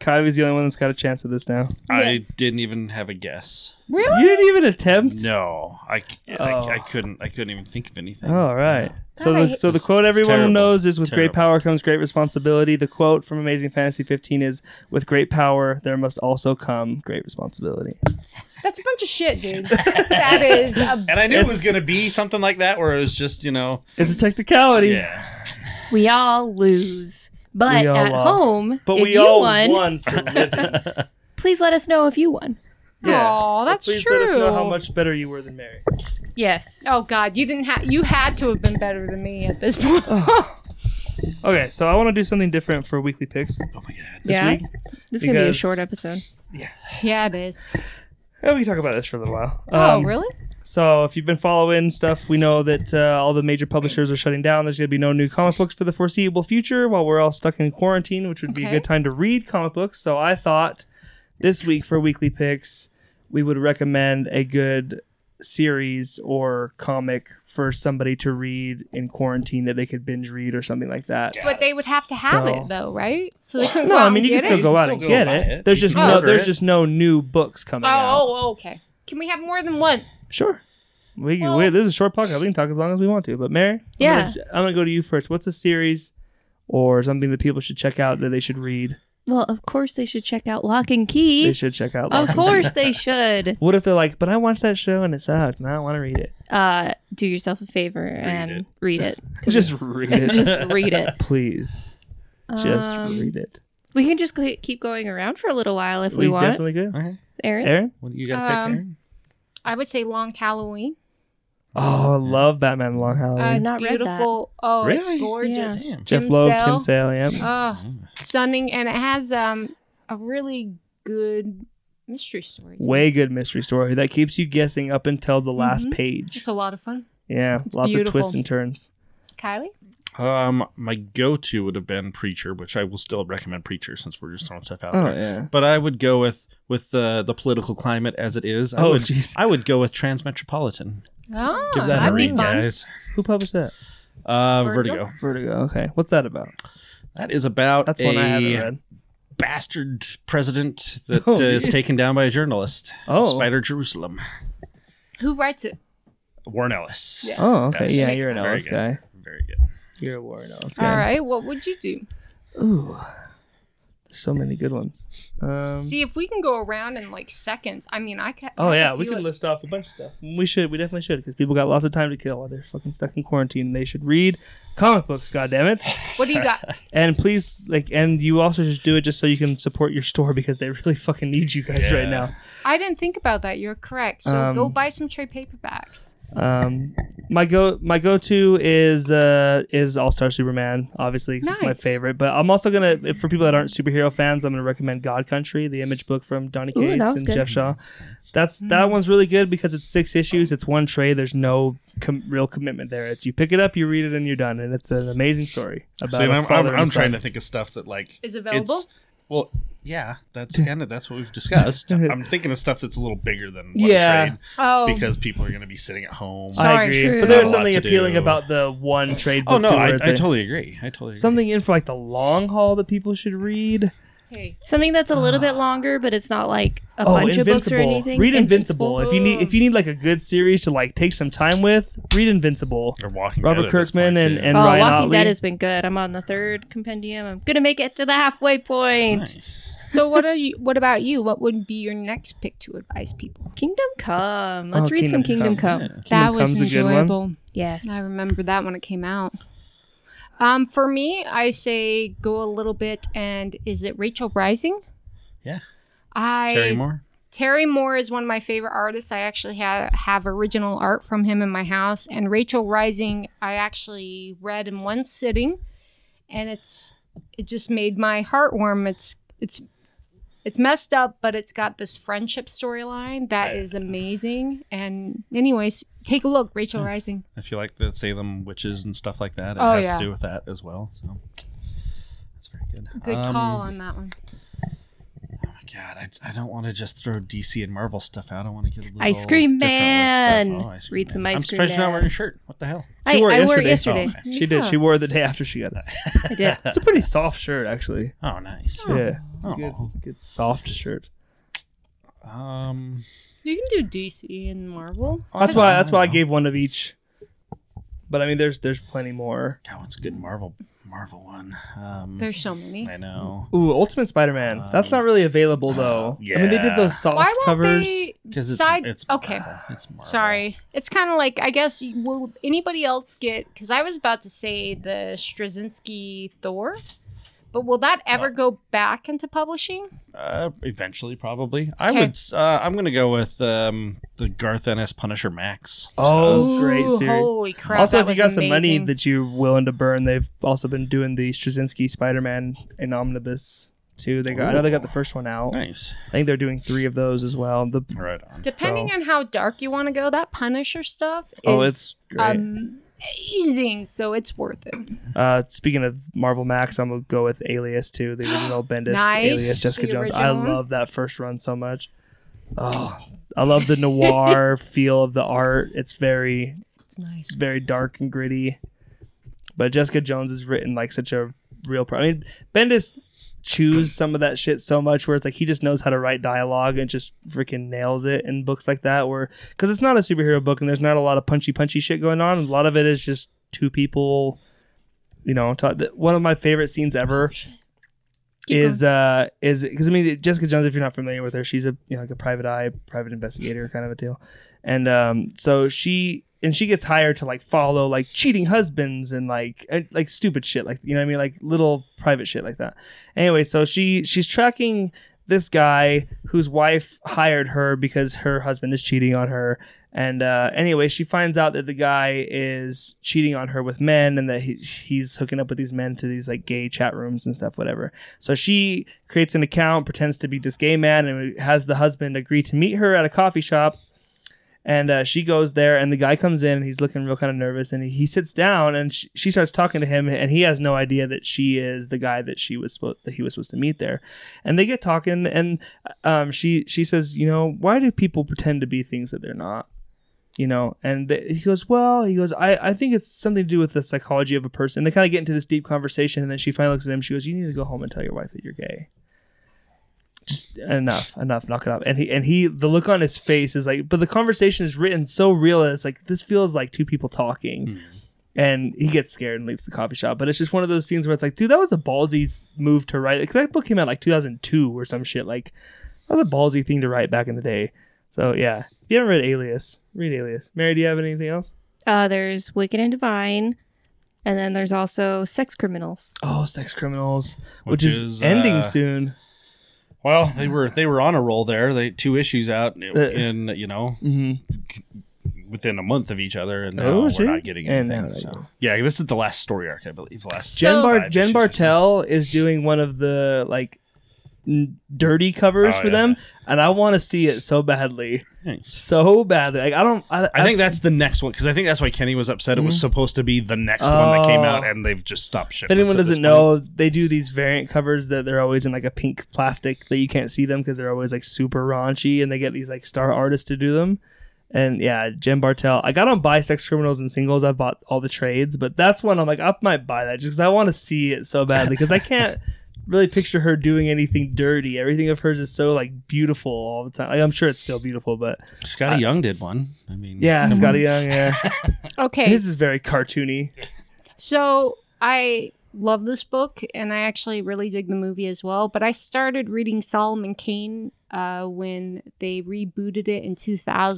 C: Kylie's the only one that's got a chance at this now.
F: I didn't even have a guess.
A: Really?
C: You didn't even attempt.
F: No, I, c- I-
C: Oh.
F: I couldn't. I couldn't even think of anything.
C: All right. So
A: God, I
C: the,
A: hate-
C: so the quote everyone
F: terrible.
C: knows is with great
F: Terrible.
C: power comes great responsibility. The quote from Amazing Fantasy 15 is with great power there must also come great responsibility.
A: That's a bunch of shit, dude. that is a
F: And I knew it was gonna be something like that, where it was just you know,
C: It's a technicality.
F: yeah.
B: We all lose. But
C: We all
B: at
C: lost.
B: home,
C: but
B: if
C: we
B: you
C: all
B: won,
C: won for a living.
B: please let us know if you won.
C: Yeah. But
A: Aw, that's
C: please let us know how
A: true.
C: much better you were than Mary.
B: Yes.
A: Oh god, you didn't have you had to have been better than me at this point.
C: Okay, so I want to do something different for weekly picks this
F: Oh my god.
B: yeah.
C: week.
B: This is going to be a
C: because-
B: short episode.
A: yeah, it is.
C: Um, Yeah, we can talk about this for a little while.
A: Oh,
C: Um,
A: really?
C: So if you've been following stuff, we know that uh, all the major publishers are shutting down. There's going to be no new comic books for the foreseeable future while we're all stuck in quarantine, which would be a
A: Okay.
C: good time to read comic books. So I thought this week for weekly picks, we would recommend a good series or comic for somebody to read in quarantine that they could binge read or something like that.
A: But they would have to have
C: So-
A: it though, right? So they couldn't
C: No,
A: go out
C: I mean
A: and
C: you can
A: get
C: still
A: it?
C: go
F: You
C: out
F: can
C: and
F: still go
C: get
F: buy
C: it.
F: it.
C: There's
F: You
C: just
F: can
C: no
F: order
C: there's
F: it.
C: just no new books coming out.
A: Oh, oh, okay. Can we have more than one?
C: Sure. We, can
A: Well-
C: we this is a short podcast. We can talk as long as we want to. But Mary, I'm
B: Yeah.
C: gonna- I'm gonna go to you first. What's a series or something that people should check out that they should read?
B: Well, of course they should check out Lock and
C: They
B: Key.
C: should check out.
B: Of
C: Lock and Key.
B: course they should.
C: What if they're like, but I watched that show and it sucked, and I want to read it.
B: Uh, do yourself a favor and
F: it.
B: read it.
C: Just read it,
B: just read it.
C: please. Just
B: Um,
C: read it.
B: We can just go- keep going around for a little while if we,
C: We,
B: want.
C: definitely good.
F: Okay.
B: Aaron?
C: Aaron,
F: What you gotta pick,
A: Um,
F: Aaron?
A: I would say Long Halloween.
C: oh, I love Batman Long
A: Uh,
C: Halloween.
A: it's
B: not read that.
A: beautiful. Oh,
F: Really?
A: it's gorgeous.
B: Yeah.
C: Jeff
A: Tim
C: Loeb, Tim
A: Sale.
C: Sale, yeah.
A: Oh, stunning, and it has um a really good mystery story. too.
C: Way good mystery story that keeps you guessing up until the last page.
A: It's a lot of fun.
C: Yeah, lots of twists
A: beautiful.
C: and turns.
A: Kylie,
F: Um, my go-to would have been Preacher, which I will still recommend Preacher since we're just throwing stuff out there.
C: yeah.
F: But I would go with with the the political climate as it is. I
C: Oh,
F: would,
C: jeez.
F: I would go with Transmetropolitan.
A: oh,
F: Give that a
A: that'd be
F: read,
A: fun.
F: guys.
C: Who published that?
F: Uh,
A: Vertigo?
F: Vertigo.
C: Vertigo. Okay, what's that about?
F: That is about
C: That's
F: a
C: one I haven't read.
F: bastard president that
C: Oh,
F: uh, is
C: yeah.
F: taken down by a journalist.
C: Oh.
F: Spider Jerusalem.
A: Who writes it?
F: Warren Ellis.
A: Yes.
C: Oh, okay.
F: Yes.
C: Yeah,
A: Makes
C: you're an
A: sense.
C: Ellis
F: Very
C: guy.
F: Very good.
C: You're a Warren Ellis guy.
A: All right. What would you do?
C: Ooh, there's so many good ones. Um,
A: See if we can go around in like seconds. I mean, I can.
C: oh
A: I
C: yeah,
A: a
C: we
A: few
C: can
A: of-
C: list off a bunch of stuff. We should. We definitely should because people got lots of time to kill while they're fucking stuck in quarantine. and They should read comic books. God damn it!
A: What do you got?
C: And please, like, and you also just do it just so you can support your store because they really fucking need you guys right now.
A: I didn't think about that. You're correct. So
C: Um,
A: go buy some trade paperbacks.
C: Um, my go my go to is uh is All Star Superman, obviously 'cause it's
A: Nice.
C: my favorite. But I'm also gonna if- for people that aren't superhero fans, I'm gonna recommend God Country, the image book from Donny
B: Ooh, that
C: Cates
B: was
C: and
B: good. Hmm.
C: Jeff Shaw. That's that one's really good because it's six issues, it's one trade. There's no com- real commitment there. It's you pick it up, you read it, and you're done. And it's an amazing story about.
E: See,
C: a
E: I'm,
C: father
E: I'm,
C: and
E: I'm
C: son.
E: trying to think of stuff that like it's-
A: Is available?
E: Well, yeah, that's kind of that's what we've discussed. I'm thinking of stuff that's a little bigger than one
C: Yeah.
E: trade
A: Oh,
E: because people are going to be sitting at home.
C: I
A: Sorry.
C: agree,
B: True.
C: but there was
E: Not a lot
C: something
E: to
C: appealing
E: do.
C: about the one trade. Book
E: oh no,
C: too,
E: I,
C: where
E: I
C: it's a-
E: totally agree. I totally agree.
C: eh? something in for like the long haul that people should read.
A: hey,
B: Something that's a little bit longer, but it's not like a
C: Ah. Oh,
B: bunch of
C: Invincible.
B: books or anything.
C: Read Invincible. If you need if you need like a good series to like take some time with, read Invincible.
E: They're walking
C: Robert
E: dead at this
C: Kirkman
E: point,
C: and-
E: too.
C: and-
B: Oh,
C: Ryan
B: Walking
C: Otley.
B: Dead has been good. I'm on the third compendium. I'm gonna make it to the halfway point.
E: Nice.
A: so what are you? What about you? What would be your next pick to advise people?
B: Kingdom Come. Let's
C: Oh,
B: read some
C: Kingdom
B: Kingdom
C: Come.
B: Come.
A: That
C: Kingdom
A: was
C: Come's a good one.
A: enjoyable.
B: Yes.
A: I remember that when it came out. Um, for me, I say go a little bit, and is it Rachel Rising?
E: Yeah.
A: I
F: Terry Moore.
A: Terry Moore is one of my favorite artists. I actually have, have original art from him in my house. And Rachel Rising, I actually read in one sitting, and it's it just made my heart warm. It's it's it's messed up, but it's got this friendship storyline that is amazing. And anyways, take a look, Rachel Rising.
F: If you like the Salem witches and stuff like that, it
A: Oh,
F: has
A: yeah.
F: to do with that as well. So that's very good.
A: Good
F: Um, oh
A: call on that one.
F: God, I, I don't want to just throw DC and Marvel stuff out. I want to get a little
B: Ice Cream
F: different
B: Man.
F: with stuff. Oh, Ice Cream
B: Read some
F: Man.
B: Ice
F: I'm
B: Cream
F: surprised you're not
B: Man.
F: wearing a shirt. What the hell?
B: I,
C: wore it
B: I wore it
C: yesterday.
B: yesterday.
F: Oh,
C: She did. She wore it the day after she got that.
B: I did.
C: It's a pretty soft shirt, actually.
F: Oh, nice.
C: Yeah, it's a
F: Oh.
C: good, it's a good soft shirt.
A: Oh.
F: Um,
B: You can do DC and Marvel.
C: That's why. That's
F: oh,
C: why I gave one of each. But I mean, there's there's plenty more.
F: God, what's a good Marvel Marvel one? Um,
A: There's so many.
F: I know
C: Ooh, Ultimate Spider-Man. that's not really available though. I mean, they did
F: yeah.
C: those soft
A: Why won't
C: covers.
A: they
F: because it's
A: side?
F: it's
A: okay.
F: Marvel. It's Marvel.
A: Sorry. It's kind of like, I guess, you- will anybody else get, because I was about to say the Straczynski Thor, but will that ever go back into publishing?
F: Uh, eventually, probably. I
A: Okay.
F: would. s- Uh, I'm gonna go with um, the Garth Ennis Punisher Max.
C: Oh,
A: Ooh,
C: great series.
A: Holy crap.
C: also,
A: that
C: if you
A: was
C: got some money
A: amazing.
C: that you're willing to burn, they've also been doing the Straczynski Spider-Man and Omnibus too. They got. I know they got the first one out.
F: Nice.
C: I think they're doing three of those as well. The
F: Right on.
A: Depending
C: so-
A: on how dark you want to go, that Punisher stuff is
C: oh, it's great.
A: um, amazing. So it's worth it.
C: Uh, speaking of Marvel Max, I'm gonna go with Alias too, the original Bendis
A: Nice,
C: Alias Jessica
A: the
C: Jones. I
A: original one.
C: love that first run so much. Oh, I love the noir feel of the art. It's very,
A: It's nice.
C: it's very dark and gritty. But Jessica Jones is written like such a real. Pro- I mean, Bendis chews some of that shit so much where it's like he just knows how to write dialogue and just freaking nails it in books like that. Where because it's not a superhero book and there's not a lot of punchy punchy shit going on. A lot of it is just two people. You know, ta- th- one of my favorite scenes ever is uh is because I mean Jessica Jones, if you're not familiar with her, she's a you know like a private eye, private investigator kind of a deal, and um so she and she gets hired to like follow like cheating husbands and like and, like stupid shit like you know what I mean like little private shit like that. Anyway, so she she's tracking this guy whose wife hired her because her husband is cheating on her. And uh, anyway, she finds out that the guy is cheating on her with men and that he, he's hooking up with these men through these like gay chat rooms and stuff, whatever. So she creates an account, pretends to be this gay man, and has the husband agree to meet her at a coffee shop. And uh, she goes there, and the guy comes in, and he's looking real kind of nervous. And he, he sits down, and she, she starts talking to him, and he has no idea that she is the guy that she was supposed that he was supposed to meet there. And they get talking, and um, she she says, you know, why do people pretend to be things that they're not? You know, and th- he goes, well, he goes, I, I think it's something to do with the psychology of a person. They kind of get into this deep conversation, and then she finally looks at him. She goes, you need to go home and tell your wife that you're gay just enough, enough, knock it off. And he and he the look on his face is like, but the conversation is written so real that it's like this feels like two people talking. And he gets scared and leaves the coffee shop. But it's just one of those scenes where it's like, dude, that was a ballsy s- move to write. Because that book came out like 2002 or some shit. Like, that was a ballsy thing to write back in the day. So, yeah. If you haven't read Alias, read Alias. Mary, do you have anything else?
B: Uh, there's Wicked and Divine, and then there's also Sex Criminals.
C: Oh, Sex Criminals, which,
F: Which
C: is,
F: is,
C: ending
F: uh,
C: soon.
F: Well, they were they were on a roll there. They two issues out
C: Uh.
F: in you know
C: hmm
F: within a month of each other, and now
C: Oh,
F: we're
C: shit.
F: not getting
C: And
F: anything.
C: now-
F: so. Yeah, this is the last story arc, I believe. Last
A: So-
C: Jen, Bar-
F: Five
C: Jen
F: issues.
C: Bartel is doing one of the like n- dirty covers
F: Oh,
C: for
F: yeah.
C: them, and I want to see it so badly,
F: Thanks.
C: so badly. Like I don't. I,
F: I think that's the next one because I think that's why Kenny was upset. It was supposed to be the next one that came out, and they've just
C: Mm-hmm. Oh.
F: stopped
C: If
F: shipping.
C: anyone doesn't know, they do these variant covers that they're always in like a pink plastic that you can't see them because they're always like super raunchy, and they get these like star artists to do them. And yeah, Jen Bartel. I got on buy Sex Criminals and Singles. I've bought all the trades, but that's one I'm like, I might buy that just because I want to see it so badly because I can't really picture her doing anything dirty. Everything of hers is so like beautiful all the time. Like, I'm sure it's still beautiful, but
F: Scotty Young did one. I mean,
C: yeah, Scotty Young. Yeah,
A: Okay.
C: his is very cartoony.
A: So I love this book, and I actually really dig the movie as well. But I started reading Solomon Kane uh, when they rebooted it in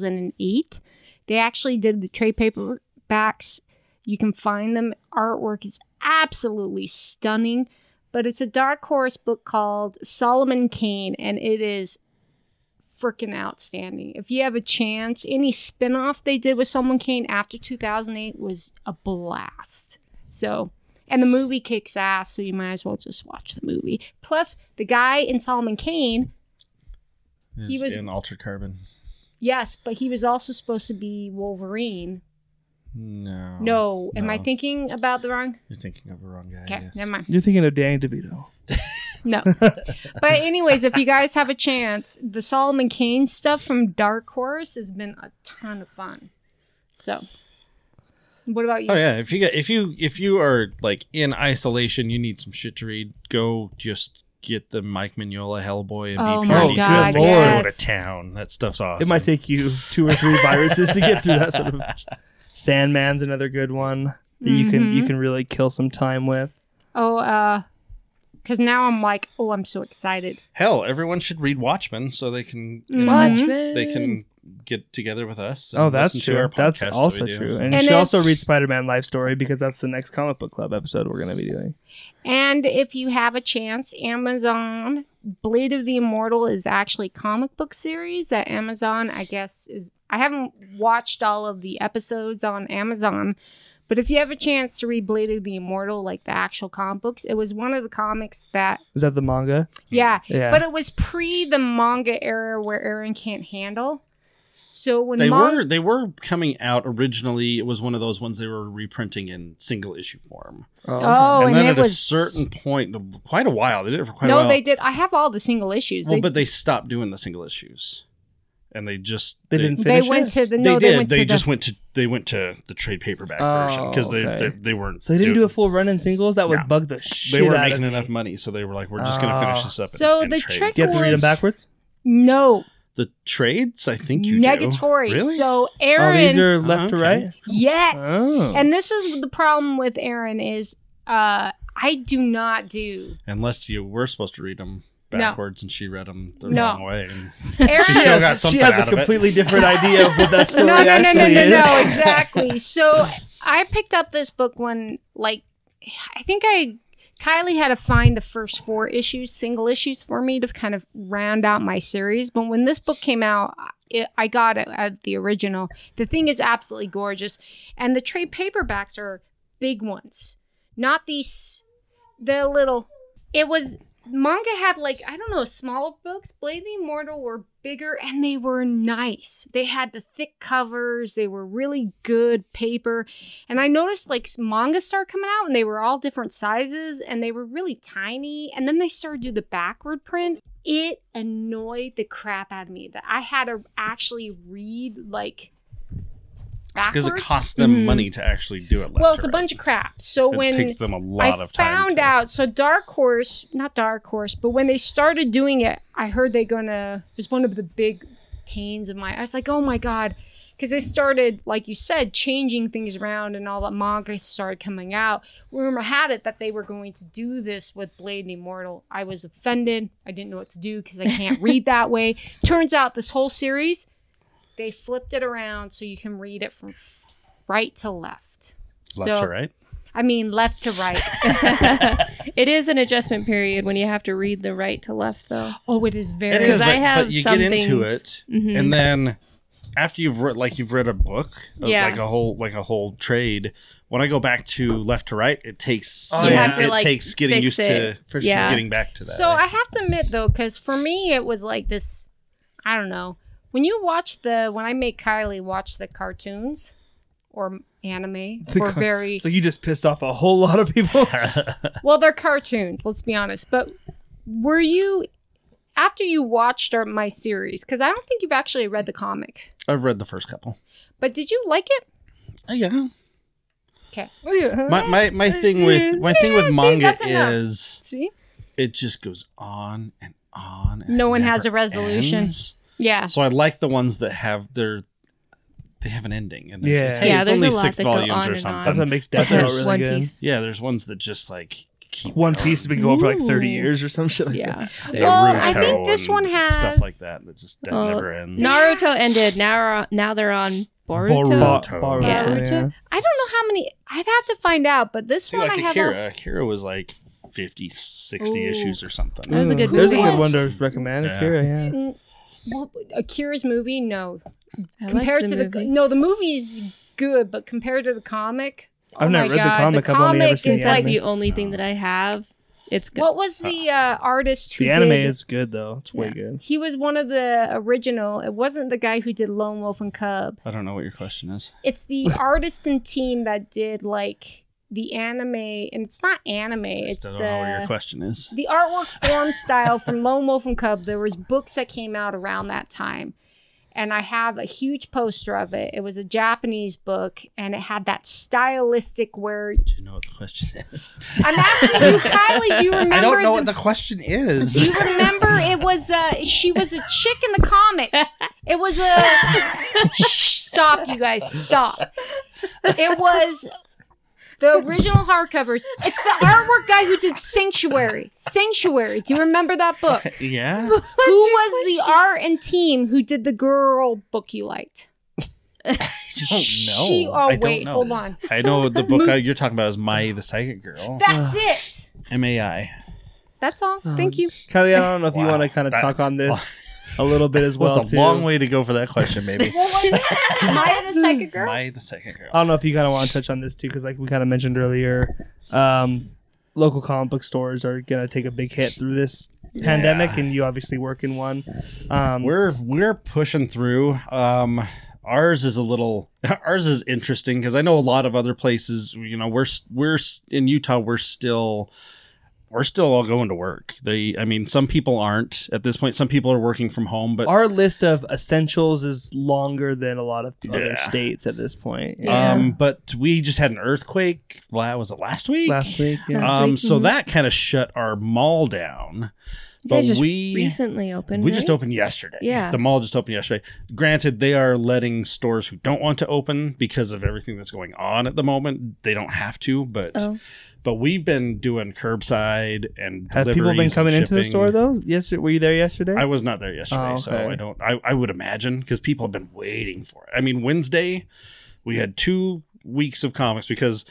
A: 2008. They actually did the trade paperbacks. You can find them. Artwork is absolutely stunning. But it's a dark horse book called Solomon Kane, and it is freaking outstanding. If you have a chance, any spinoff they did with Someone Kane after 2008 was a blast. So, and the movie kicks ass, so you might as well just watch the movie. Plus, the guy in Solomon Kane,
E: He
A: was-
E: was in Altered Carbon.
A: yes, but he was also supposed to be Wolverine.
E: No.
A: no, am I
E: Oh, no.
A: thinking about the wrong?
E: You're thinking of the wrong guy.
A: Okay,
E: yes.
A: never mind.
C: You're thinking of Danny DeVito.
A: No. but anyways, if you guys have a chance, the Solomon Kane stuff from Dark Horse has been a ton of fun. So, what about you?
F: Oh yeah, if you get if you if you are like in isolation, you need some shit to read. Go just get the Mike Mignola Hellboy and
A: Oh
F: BP.
A: my
C: Oh, God,
F: go
A: yes.
F: to town. That stuff's awesome.
C: It might take you two or three viruses to get through that sort of. Sandman's another good one that you can
A: Mm-hmm.
C: you can really kill some time with.
A: Oh, uh, because now I'm like, oh, I'm so excited.
F: Hell, everyone should read Watchmen so they can
C: Mm-hmm.
F: you know,
B: Watchmen.
F: they can get together with us. and
C: Oh, that's
F: listen to
C: true.
F: our podcast
C: That's
F: that we
C: also
F: do.
C: true. And,
A: And
C: you should
A: if-
C: also read Spider-Man Life Story because that's the next comic book club episode we're going to be doing.
A: And if you have a chance, Amazon Blade of the Immortal is actually a comic book series that Amazon, I guess, is. I haven't watched all of the episodes on Amazon, but if you have a chance to read Blade of the Immortal, like the actual comic books, it was one of the comics that,
C: Is that the manga?
F: Hmm.
A: yeah,
C: Yeah.
A: but it was pre the manga era where Aaron can't handle. So when
F: They
A: mon-
F: were they were coming out originally. It was one of those ones they were reprinting in single issue form.
A: oh, and,
F: and then
A: it
F: at
A: was
F: a certain point, quite a while, they did it for quite
A: no,
F: a while.
A: they did. I have all the single issues.
F: Well,
A: They-
F: but they stopped doing the single issues, and they just
C: They didn't
A: they
C: finish
A: went
C: it?
A: to the
F: They
A: no,
F: did.
A: they went to
F: just
A: the,
F: went to they went to the trade paperback
C: Oh,
F: version because they,
C: okay.
F: they they weren't.
C: So they didn't do
F: doing-
C: a full run in singles. That would
F: No.
C: bug the shit
F: They weren't
C: out
F: making
C: of me.
F: enough money, so they were like, "We're just going to finish
C: Oh.
F: this up." and-
A: So
F: and
A: the
F: trade.
A: trick-
C: Do you have to read them
A: was-
C: backwards?
A: no
F: the trades, I think you
A: negatory.
F: do. Really?
A: So
C: Oh,
A: Aaron,
C: these are left
F: Oh,
C: to
F: okay.
C: right.
A: yes,
C: Oh.
A: and this is the problem with Aaron is uh, I do not do
F: Unless you were supposed to read them backwards, and she read them the
A: No.
F: wrong way. and-
A: Aaron.
E: still got
C: she
E: something
C: has
E: out
C: a
E: of it.
C: completely different idea of what that
A: no,
C: story
A: no, no, no, no, no,
C: actually is.
A: no, exactly. So I picked up this book when like I think I Kylie had to find the first four issues, single issues for me to kind of round out my series. But when this book came out, it, I got it at the original. The thing is absolutely gorgeous, and the trade paperbacks are big ones, not these the little. It was manga had like I don't know smaller books. Blade the Immortal were bigger and they were nice. They had the thick covers. They were really good paper. And I noticed like manga started coming out and they were all different sizes and they were really tiny. And then they started to do the backward print. It annoyed the crap out of me that I had to actually read like
F: because
A: backwards. Mm-hmm.
F: it costs them money to actually do it. Left
A: well, it's
F: to
A: a
F: right.
A: bunch of crap. So
F: It
A: when
F: takes them a lot
A: I
F: of time.
A: found
F: to-
A: out. So Dark Horse, not Dark Horse, but when they started doing it, I heard they gonna. It was one of the big pains of my. I was like, oh my god, because they started, like you said, changing things around, and all that manga started coming out. Rumor had it that they were going to do this with Blade and Immortal. I was offended. I didn't know what to do because I can't read that way. Turns out this whole series, they flipped it around so you can read it from f- right to left.
F: left to right.
A: I mean, left to right.
B: It is an adjustment period when you have to read the right to left, though.
A: Oh, it is very.
F: It is,
B: I
F: but, but
B: have
F: you
B: some
F: get into
B: things- Mm-hmm.
F: it, and then after you've read, like you've read a book, of,
B: Yeah.
F: like a whole like a whole trade. When I go back to left to right, it takes
C: Oh,
F: some-
C: You have
B: to,
F: it
B: like,
F: takes getting
B: fix
F: used
B: it.
F: to for
B: sure. Yeah.
F: getting back to that.
A: So I have to admit though, because for me it was like this. I don't know. When you watch the when I make Kylie watch the cartoons or anime
C: The
A: or
C: car-
A: very
C: So you just pissed off a whole lot of people.
A: well, they're cartoons. Let's be honest. But were you after you watched our, my series? Because I don't think you've actually read the comic.
F: I've read the first couple.
A: But did you like it?
F: Oh, yeah.
A: Okay.
C: Oh, yeah.
F: My, my my thing with my thing with
A: see,
F: manga
A: that's enough.
F: is
A: See.
F: it just goes on and on. And
A: No
F: it
A: one has
F: never
A: a resolution.
F: ends.
A: Yeah.
F: So I like the ones that have their they have an ending and
C: Yeah.
F: yeah, hey,
B: Yeah,
F: it's
B: there's
F: only
B: a lot
F: six
B: that go
F: volumes
B: on
F: or
B: and
F: something.
B: on.
C: That's what makes Death
F: But
C: Note
F: there's
C: really
B: One
C: good.
B: Piece.
F: Yeah, there's ones that just like keep
C: One Piece has been going for like 30
B: Ooh.
C: years or some shit like that.
B: Yeah.
F: Yeah,
A: Well,
F: Naruto
A: I think this
F: and
A: one has-
F: stuff like that that just that
B: Oh,
F: never ends.
B: Naruto ended. Now, are- now they're on Boruto.
F: Boruto.
C: Boruto,
B: Yeah.
A: Naruto. I don't know how many. I'd have to find out. But this
F: See,
A: one
F: like
A: I have. all-
F: Akira. Akira was like 50, 60
A: Ooh.
F: issues or something.
B: That was a good
C: There's a
A: movie.
C: good one to recommend.
F: Yeah.
C: Akira, yeah.
A: what, mm, Akira's movie? No,
B: I liked
A: compared to the
B: movie.
A: no, the movie's good, but compared to the comic,
B: Oh
C: I've never
A: my
C: read
A: God,
C: the comic.
A: the
C: I've only ever
A: comic
C: seen
A: is
C: the
B: That's
C: anime.
A: like-
B: the only thing that I have. It's good.
A: what was the uh, artist who
C: the anime
A: did?
C: is good though. It's way
B: Yeah.
C: good.
A: he was one of the original. It wasn't the guy who did Lone Wolf and Cub.
F: I don't know what your question is.
A: It's the artist and team that did like the anime, and it's not anime. It's
F: I don't know what your
A: the
F: question is.
A: the artwork form style from Lone Wolf and Cub. There was books that came out around that time, and I have a huge poster of it. It was a Japanese book, and it had that stylistic where
F: Do you know what the question is?
A: I'm asking you, Kylie. Do you remember?
E: I don't know
A: the-
E: what the question
A: Do
E: is.
A: you remember it was uh she was a chick in the comic. It was a Shh, stop you guys stop. It was the original hardcover. It's the artwork guy who did Sanctuary. Sanctuary. Do you remember that book?
E: yeah.
A: who was the art and team who did the girl book you liked?
E: don't
A: She,
E: know.
A: oh
E: I don't
A: wait,
E: know.
A: hold on.
F: I know the book I, you're talking about is Mai the Psychic Girl.
A: That's it.
F: M A I.
A: That's all. Thank you.
C: Kylie, I don't know if you
E: Wow.
C: want to kind of
E: That-
C: talk on this a little bit as well.
F: Well, it's a
C: too.
F: long way to go for that question, maybe.
A: What was it? Am I the psychic girl?
F: Mai the Psychic Girl.
C: I don't know if you kind of want to touch on this too, because like we kind of mentioned earlier, um, local comic book stores are gonna take a big hit through this pandemic, and you obviously work in one. Um,
F: We're we're pushing through. Um, ours is a little ours is interesting because I know a lot of other places. You know, we're s- we're s- in Utah. We're still we're still all going to work. They, I mean, some people aren't at this point. Some people are working from home, but
C: our list of essentials is longer than a lot of other
F: Yeah.
C: states at this point.
F: um, but we just had an earthquake. la- Was it last week?
C: Last week, yeah.
B: Last
F: Um,
B: week,
F: so
B: mhm.
F: that kind of shut our mall down.
B: You
F: But
B: guys just
F: we
B: recently opened.
F: we
B: right?
F: just opened yesterday.
B: Yeah.
F: The mall just opened yesterday. Granted, they are letting stores who don't want to open because of everything that's going on at the moment. They don't have to, but
B: Oh.
F: but we've been doing curbside and
C: have people been
F: deliveries and
C: coming into the
F: shipping.
C: store though? Yes, were you there yesterday?
F: I was not there yesterday,
C: Oh,
F: so
C: okay.
F: I don't. I, I would imagine because people have been waiting for it. I mean, Wednesday we had two weeks of comics because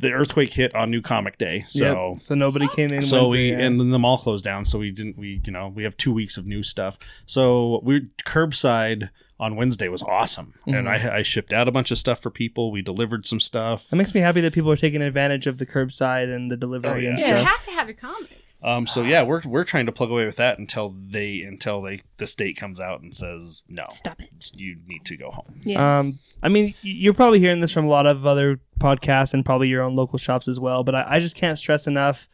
F: the earthquake hit on New Comic Day, so
C: Yep. so nobody came in.
F: so
C: Wednesday,
F: we
C: yeah.
F: and then the mall closed down so we didn't we you know we have two weeks of new stuff so we curbside on wednesday was awesome and I, I shipped out a bunch of stuff for people we delivered some stuff
C: It makes me happy that people are taking advantage of the curbside and the delivery
F: Oh, yeah.
C: and
A: You
C: stuff.
A: have to have your comics.
F: um so yeah we're we're trying to plug away with that until they until they the state comes out and says no
B: Stop it.
F: you need to go home
B: Yeah.
C: Um, I mean, y- you're probably hearing this from a lot of other podcasts and probably your own local shops as well. But I, I just can't stress enough,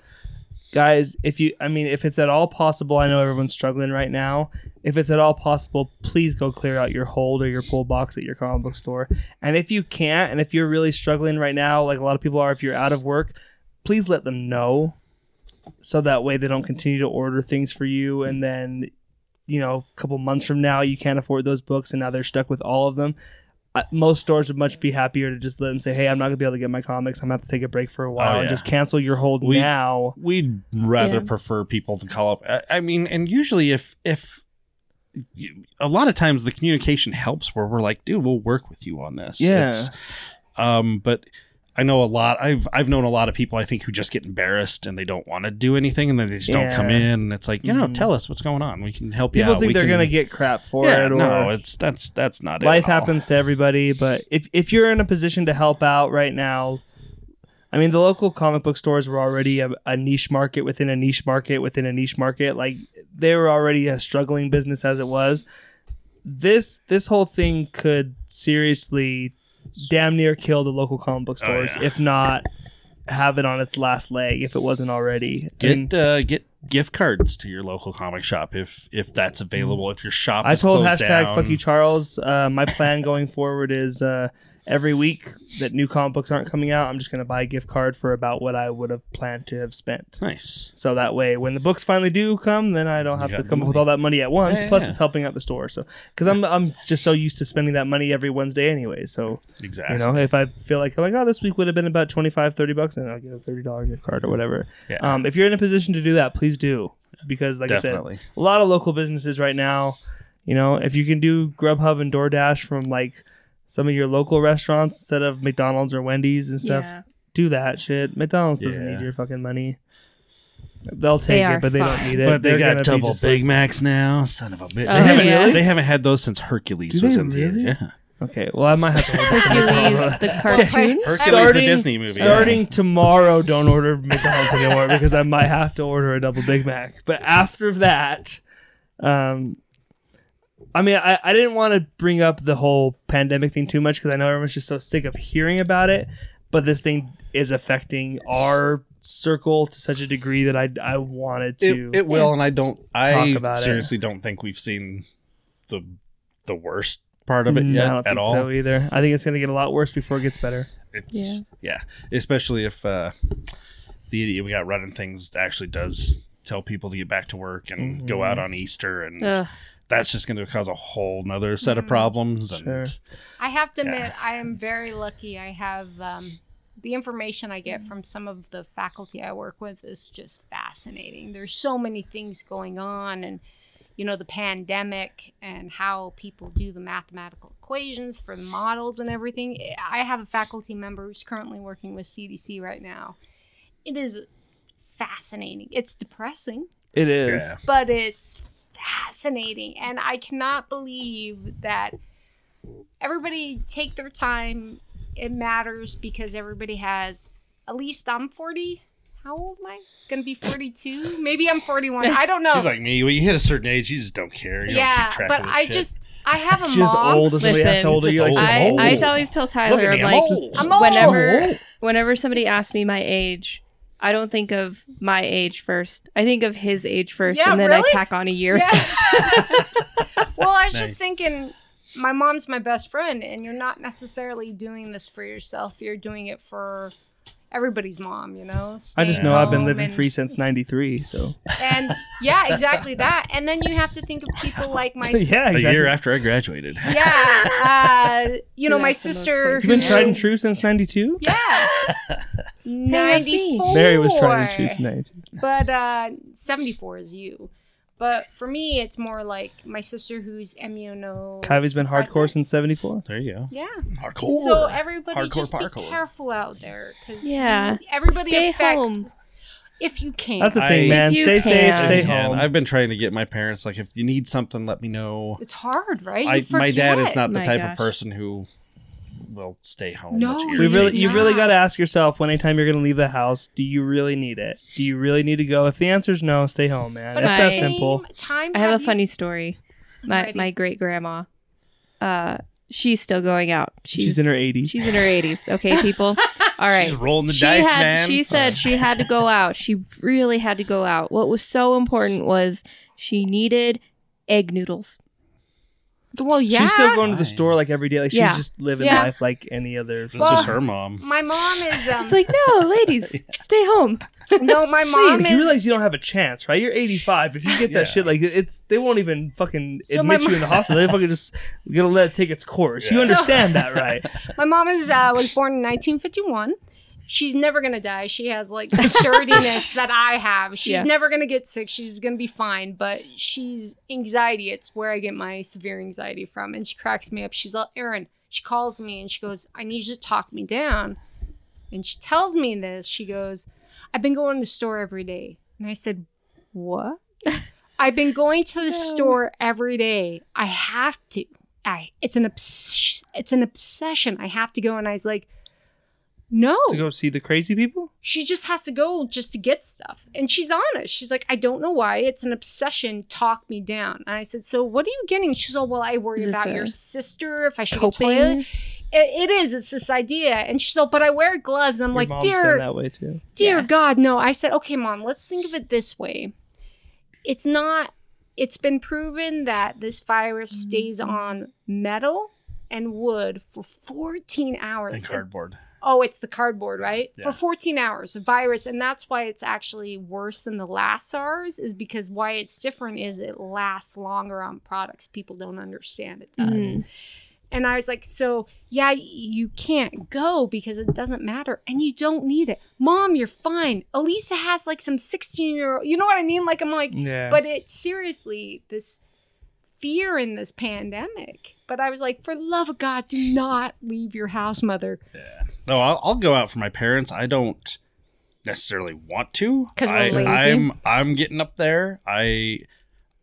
C: guys. If you, I mean, if it's at all possible, I know everyone's struggling right now. If it's at all possible, please go clear out your hold or your pull box at your comic book store. And if you can't, and if you're really struggling right now, like a lot of people are, if you're out of work, please let them know, so that way they don't continue to order things for you, and then. You know, a couple months from now, you can't afford those books, and now they're stuck with all of them uh, most stores would much be happier to just let them say, "Hey, I'm not gonna be able to get my comics. I'm gonna have to take a break for a while and
F: Oh, yeah.
C: just cancel your hold
F: We-
C: now."
F: we'd rather
B: Yeah.
F: prefer people to call up I, I mean and usually if if you- a lot of times the communication helps where we're like dude we'll work with you on this
C: Yeah.
F: um but i know a lot i've i've known a lot of people i think who just get embarrassed and they don't want to do anything and then they just don't come
C: Yeah.
F: in and it's like you know
C: Mhm.
F: tell us what's going on we can help you
C: People
F: out
C: think
F: We
C: they're
F: can-
C: gonna get crap for
F: yeah,
C: it, or
F: no it's that's that's not it
C: life
F: at all.
C: happens to everybody. But if if you're in a position to help out right now, I mean, the local comic book stores were already a, a niche market within a niche market within a niche market. Like they were already a struggling business as it was. This this whole thing could seriously, damn near kill the local comic book stores,
F: Oh, yeah.
C: if not have it on its last leg if it wasn't already. And
F: get uh, get gift cards to your local comic shop if if that's available if your shop
C: Mm. I
F: is
C: told
F: closed
C: hashtag
F: down.
C: fuck you Charles. Uh, my plan going forward is uh, every week that new comic books aren't coming out, I'm just gonna buy a gift card for about what I would have planned to have spent.
F: nice
C: So that way, when the books finally do come, then I don't have
F: You
C: to
F: got
C: come up
F: money.
C: with all that money at once.
F: Yeah,
C: Plus,
F: yeah.
C: it's helping out the store. So because I'm I'm just so used to spending that money every Wednesday anyway. So
F: Exactly.
C: you know, if I feel like oh my god, this week would have been about 25, 30 bucks, and I'll get a thirty dollar gift card or whatever.
F: Yeah.
C: Um, if you're in a position to do that, please do because like I said,
F: Definitely.
C: a lot of local businesses right now, you know, if you can do Grubhub and DoorDash from like some of your local restaurants instead of McDonald's or Wendy's and stuff,
B: Yeah.
C: do that shit. McDonald's doesn't
F: Yeah.
C: need your fucking money. They'll take
B: are
C: it, but they don't
B: fine.
C: need it.
F: But they
C: They're
F: got
C: gonna be
F: double
C: just
F: Big Macs now. Son of a bitch.
B: Oh,
F: they, haven't,
B: really?
F: they haven't had those since Hercules
C: Do
F: was
C: they
F: in
C: really?
F: theater. Yeah.
C: fine. Okay, well I might have to. Hold this one.
B: Hercules, the cartoon.
E: Hercules,
C: Starting-
E: the Disney movie.
C: Starting tomorrow, don't order McDonald's anymore because I might have to order a double Big Mac. But after that, um, I mean, I, I didn't want to bring up the whole pandemic thing too much because I know everyone's just so sick of hearing about it. But this thing is affecting our circle to such a degree that I, I wanted to.
E: It, it will, and I don't. I
C: about it.
E: seriously don't think we've seen the the worst part of it
C: Mm, I
E: yet
C: don't
E: at
C: think
E: all.
C: so either. I think it's going to get a lot worse before it gets better.
E: It's yeah. especially if uh, the idiot we got running things actually does tell people to get back to work and
C: Mm-hmm.
E: go out on Easter, and
B: Ugh.
E: that's just going to cause a whole nother set of problems. And
C: Mm-hmm. Sure.
A: I have to admit, I am very lucky. I have um, the information I get from some of the faculty I work with is just fascinating. There's so many things going on, and you know, the pandemic and how people do the mathematical equations for the models and everything. I have a faculty member who's currently working with CDC right now. It is fascinating. It's depressing
C: It is.
E: Yeah.
A: but it's fascinating and i cannot believe that everybody take their time it matters because everybody has at least i'm 40 how old am i gonna be 42 maybe i'm 41 i don't know
E: She's like me. When you hit a certain age, you just don't care. You
A: yeah
E: don't keep track
A: but
E: of this
A: i
E: shit.
A: just i have a
C: She's
A: mom
C: old as well. That's
B: Listen,
C: how old are you? Like,
E: just
B: I,
E: old.
B: I always tell
E: Look
B: Tyler,
E: at
B: I'm
E: me, I'm
B: like,
E: old.
A: I'm old.
B: whenever whenever somebody asks me my age, I don't think of my age first. I think of his age first,
A: Yeah,
B: and then
A: really?
B: I tack on a year.
A: Yeah. well, I was
E: Nice.
A: just thinking, my mom's my best friend, and you're not necessarily doing this for yourself. You're doing it for everybody's mom, you know.
C: I just
A: Staying
C: know I've been
A: home
C: living
A: and-
C: free since '93. So
A: And yeah, exactly that. And then you have to think of people like my.
C: yeah,
E: a
C: exactly.
E: year after I graduated.
A: Yeah, uh, you know
B: Yeah,
A: my
B: for the most
A: sister.
B: part.
C: You've been
A: who
C: tried and
A: is-
C: true since '92.
A: Yeah, ninety four.
C: Mary was trying to choose tonight.
A: but uh, 74 is you. But for me, it's more like my sister who's immuno.
C: Kylie's been hardcore since 74.
E: There you go.
A: Yeah.
E: Hardcore.
A: So everybody
E: Hardcore
A: just be
E: parkour.
A: careful out there because
B: Yeah.
A: everybody
B: Stay
A: affects
B: home.
A: if you can.
C: That's the
E: I-
C: thing, man.
B: If you
C: Stay safe,
B: can.
C: stay
E: Man,
C: home.
F: I've been trying to get my parents like, if you need something, let me know.
A: it's hard, right?
F: I,
A: You
F: my dad is
A: forget.
F: not the
B: My
F: type
B: gosh.
F: of person who will stay home.
A: No,
F: which
A: he
C: we really,
A: It's
C: you
A: not.
C: really got to ask yourself when anytime you're going to leave the house, do you really need it? Do you really need to go? If the answer's no, stay home, man.
A: But
C: it's
B: I-
C: that
A: at the same
C: simple.
A: Time
B: I have a
A: you-
B: funny story. My
A: Alrighty.
B: my great grandma, uh, she's still going out. She's,
C: She's, in her 80s.
B: she's in her eighties. Okay, people. All right.
E: She's rolling the dice,
B: had,
E: man.
B: She said she had to go out. She really had to go out. What was so important was she needed egg noodles.
A: Well, yeah.
C: She's still going to the store like every day. Like she's
B: Yeah.
C: just living
A: Yeah.
C: life like any other.
E: This
A: Well-
E: is her mom.
A: my mom is. Um,
B: It's like, no, ladies, stay home.
A: no, my mom
C: Like,
A: is.
C: you realize you don't have a chance, right? You're 85. If you get that
E: Yeah.
C: shit, like it's they won't even fucking
A: So my
C: admit you in the hospital. They fucking just gonna let it take its course. You
E: Yeah.
C: understand that, right?
A: My mom is uh, was born in 1951. She's never gonna die. She has like the sturdiness that I have. She's
B: Yeah.
A: never gonna get sick. She's gonna be fine. But she's anxiety. It's where I get my severe anxiety from. And she cracks me up. She's like, Erin. She calls me and she goes, "I need you to talk me down." And she tells me this. She goes, "I've been going to the store every day." And I said, "What?" I've been going to the store every day. I have to. I it's an obs- it's an obsession. I have to go and I was like no.
C: to go see the crazy people.
A: She just has to go just to get stuff. And she's honest. She's like I don't know why it's an obsession. Talk me down. And I said, "So what are you getting?" She's all, "Well, I worry
B: Is this
A: about
B: a
A: your sister if I should get
B: Coping.
A: toilet." It, it is. It's this idea. And she's all, "But I wear gloves." And I'm
C: Your
A: like,
C: mom's
A: "Dear,
C: been that way too.
A: dear god no i said okay mom let's think of it this way it's not it's been proven that this virus stays on metal and wood for 14 hours
E: And cardboard.
A: oh it's the cardboard right
E: Yeah.
A: for 14 hours a virus and that's why it's actually worse than the last sars is because why it's different is it lasts longer on products people don't understand it does and I was like, so yeah, you can't go because it doesn't matter and you don't need it. Mom, you're fine. Elisa has like some 16 year old, you know what I mean? Like, I'm like,
C: Yeah.
A: but it seriously, this fear in this pandemic. But I was like, for love of God, do not leave your house, mother.
E: No, I'll, I'll go out for my parents. I don't necessarily want to.
A: 'Cause we're
E: I,
A: lazy.
E: I'm I'm getting up there. I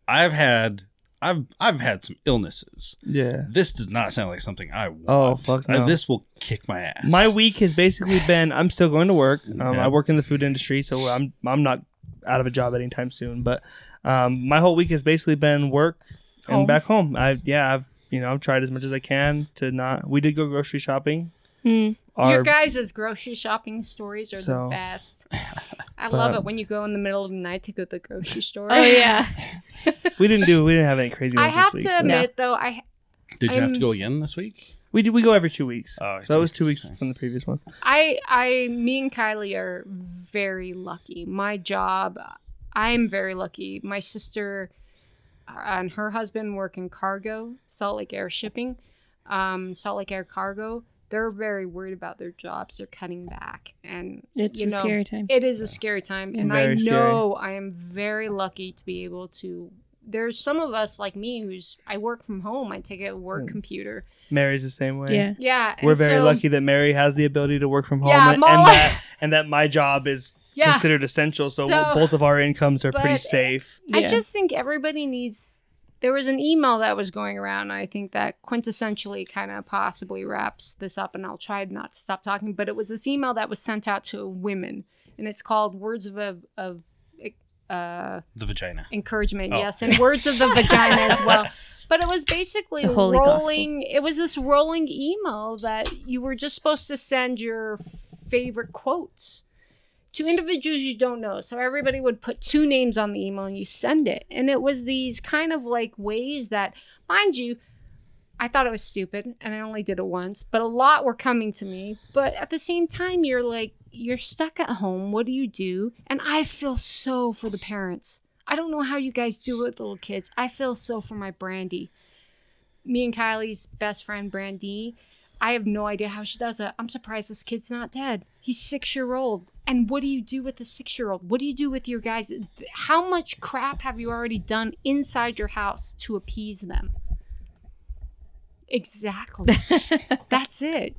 E: I've had I've I've had some illnesses.
C: Yeah.
E: This does not sound like something I want.
C: Oh, fuck
E: Uh,
C: no.
E: this will kick my ass.
C: My week has basically been I'm still going to work. Um,
E: Okay.
C: I work in the food industry, so I'm I'm not out of a job anytime soon. But um, my whole week has basically been work
B: Home.
C: and back home. I yeah, I've you know I've tried as much as I can to not. We did go grocery shopping.
B: Hmm.
C: Our,
A: Your guys' grocery shopping stories are
C: So-
A: the best. I love
C: But-
A: it when you go in the middle of the night to go to the grocery store.
B: Oh yeah.
C: we didn't do we didn't have any crazy
A: I
C: ones
A: have
C: this week.
A: to
C: but-
A: admit, though, I
E: Did you have to
A: I'm-
E: go again this week?
C: We do we go every two weeks.
E: Oh, I
C: so
E: see.
C: that was two weeks from the previous one.
A: I I me and Kylie are very lucky. My job, I'm very lucky. My sister and her husband work in cargo, Salt Lake Air Shipping, um, Salt Lake Air Cargo. They're very worried about their jobs. They're cutting back, and
B: It's
A: you
B: a
A: know,
B: scary time.
A: It is a scary time, and I
C: Very scary.
A: know I am very lucky to be able to. There's some of us like me who's I work from home. I take a work computer.
C: Mary's the same way.
B: Yeah.
A: Yeah,
C: Hmm. We're
A: and
C: very
A: so-
C: lucky that Mary has the ability to work from home
A: Yeah,
C: and,
A: Mala-
C: and that and that my job is
A: Yeah.
C: considered essential, so,
A: So-
C: both of our incomes are pretty
A: But-
C: safe.
A: I
B: Yeah.
A: just think everybody needs. There was an email that was going around. And I think that quintessentially kind of possibly wraps this up, and I'll try not to stop talking. But it was this email that was sent out to women, and it's called "Words of a, of uh,
E: The vagina.
A: encouragement."
E: Oh.
A: Yes, and "Words of the Vagina" as well. But it was basically
B: The holy gospel.
A: rolling. It was this rolling email that you were just supposed to send your favorite quotes to individuals you don't know. So everybody would put two names on the email and you send it. And it was these kind of like ways that, mind you, I thought it was stupid and I only did it once, but a lot were coming to me. But at the same time, you're like, you're stuck at home. What do you do? And I feel so for the parents. I don't know how you guys do it with little kids. I feel so for my Brandy. Me and Kylie's best friend, Brandy, I have no idea how she does it. I'm surprised this kid's not dead. He's six year old. And what do you do with a six year old? What do you do with your guys? How much crap have you already done inside your house to appease them? Exactly. That's it.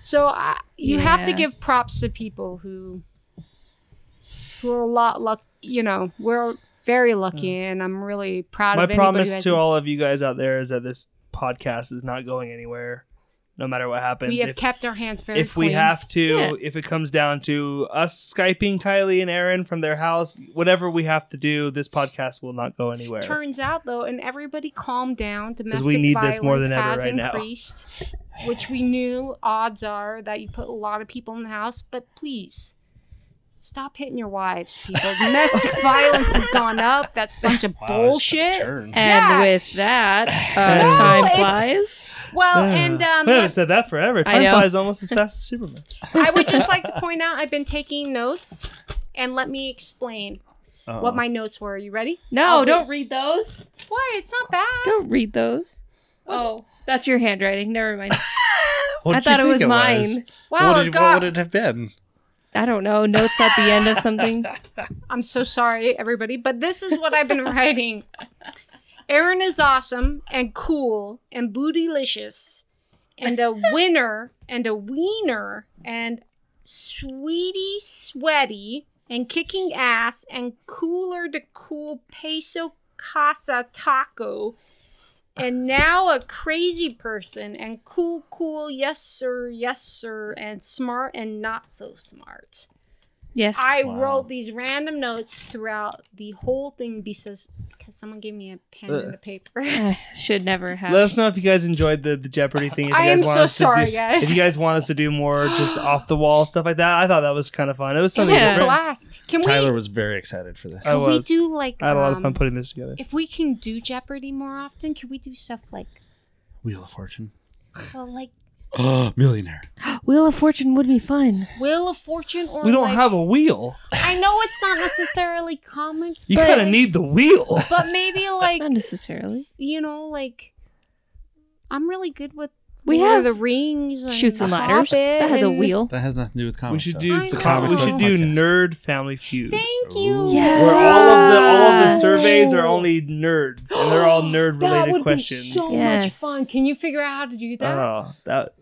A: So I, you have to
B: Yeah.
A: give props to people who who are a lot luck. You know, we're very lucky, and I'm really proud
C: My
A: of anybody
C: promise
A: who has
C: to all of you guys out there is that this podcast is not going anywhere, no matter what happens.
A: We have
C: if
A: kept our hands very.
C: if
A: clean.
C: we have to,
B: Yeah.
C: if it comes down to us skyping Kylie and Aaron from their house, whatever we have to do, this podcast will not go anywhere.
A: Turns out though, and everybody calm down. Domestic
C: we need
A: violence
C: this more than ever
A: has
C: right now.
A: increased, which we knew. Odds are that you put a lot of people in the house, but please. Stop hitting your wives, people. Domestic violence has gone up. That's a bunch of bullshit.
E: Turn.
B: And
A: Yeah.
B: with that,
C: No,
B: uh, time
A: it's-
B: flies.
A: Well, and um,
C: we haven't said that forever.
B: I
C: Time
B: know.
C: flies almost as fast as Superman.
A: I would just like to point out I've been taking notes, and let me explain
E: Oh.
C: Uh-huh.
A: what my notes were. Are you ready?
B: No,
A: I'll
B: don't read those.
A: Why? It's not bad.
B: Don't read those. Oh, that's your handwriting. Never mind.
E: What'd
B: I
E: you
B: thought it
E: think
B: was mine.
A: Wow,
E: Oh. what, did,
A: God.
E: what would it have been?
B: I don't know. Notes at the end of something.
A: I'm so sorry, everybody, but this is what I've been writing. Aaron is awesome and cool and bootylicious and a winner and a wiener and sweetie sweaty and kicking ass and cooler to cool peso casa taco and now a crazy person and cool cool yes sir yes sir and smart and not so smart
B: Yes.
A: I wrote these random notes throughout the whole thing because because someone gave me a pen
C: Uh,
A: and a paper.
B: I should never have.
C: Let us know if you guys enjoyed the, the Jeopardy thing. If you
A: I
C: guys
A: am
C: want
A: so
C: us to
A: sorry,
C: do,
A: guys.
C: If you guys want us to do more just off the wall stuff like that, I thought that was kind of fun. It was
A: It
C: something
A: was a
B: Yeah.
C: different.
A: blast. Can
E: Tyler
A: we?
E: was very excited for this.
C: I
A: Can we
C: was.
A: do like?
C: I had a lot of
A: um,
C: fun putting this together.
A: If we can do Jeopardy more often, can we do stuff like
E: Wheel of Fortune.
A: well, like
E: Millionaire.
B: Wheel of Fortune would be fun.
A: Wheel of Fortune or
C: We don't
A: like-
C: have a wheel.
A: I know it's not necessarily comics,
C: You
A: but
C: kind of need the wheel.
A: But maybe like
B: Not necessarily.
A: you know like I'm really good with
B: We
A: Lord of
B: have
A: the Rings and
B: Shoots and
A: The
B: ladders. That has a
A: Hobbit and-
B: wheel.
E: That has nothing to do with
C: We
E: comics.
C: should
E: though.
C: do.
A: It's a
C: com- we
A: comic
C: should
E: book
C: do
E: podcast.
C: Nerd Family Feud.
A: Thank you.
B: Yeah.
C: Where all of the all of the
B: Ooh.
C: surveys are only nerds and they're all nerd
A: That
C: related
A: would
C: questions. Oh, Uh,
A: be so much
B: Yes.
A: fun. Can you figure out how to do that?
C: oh, that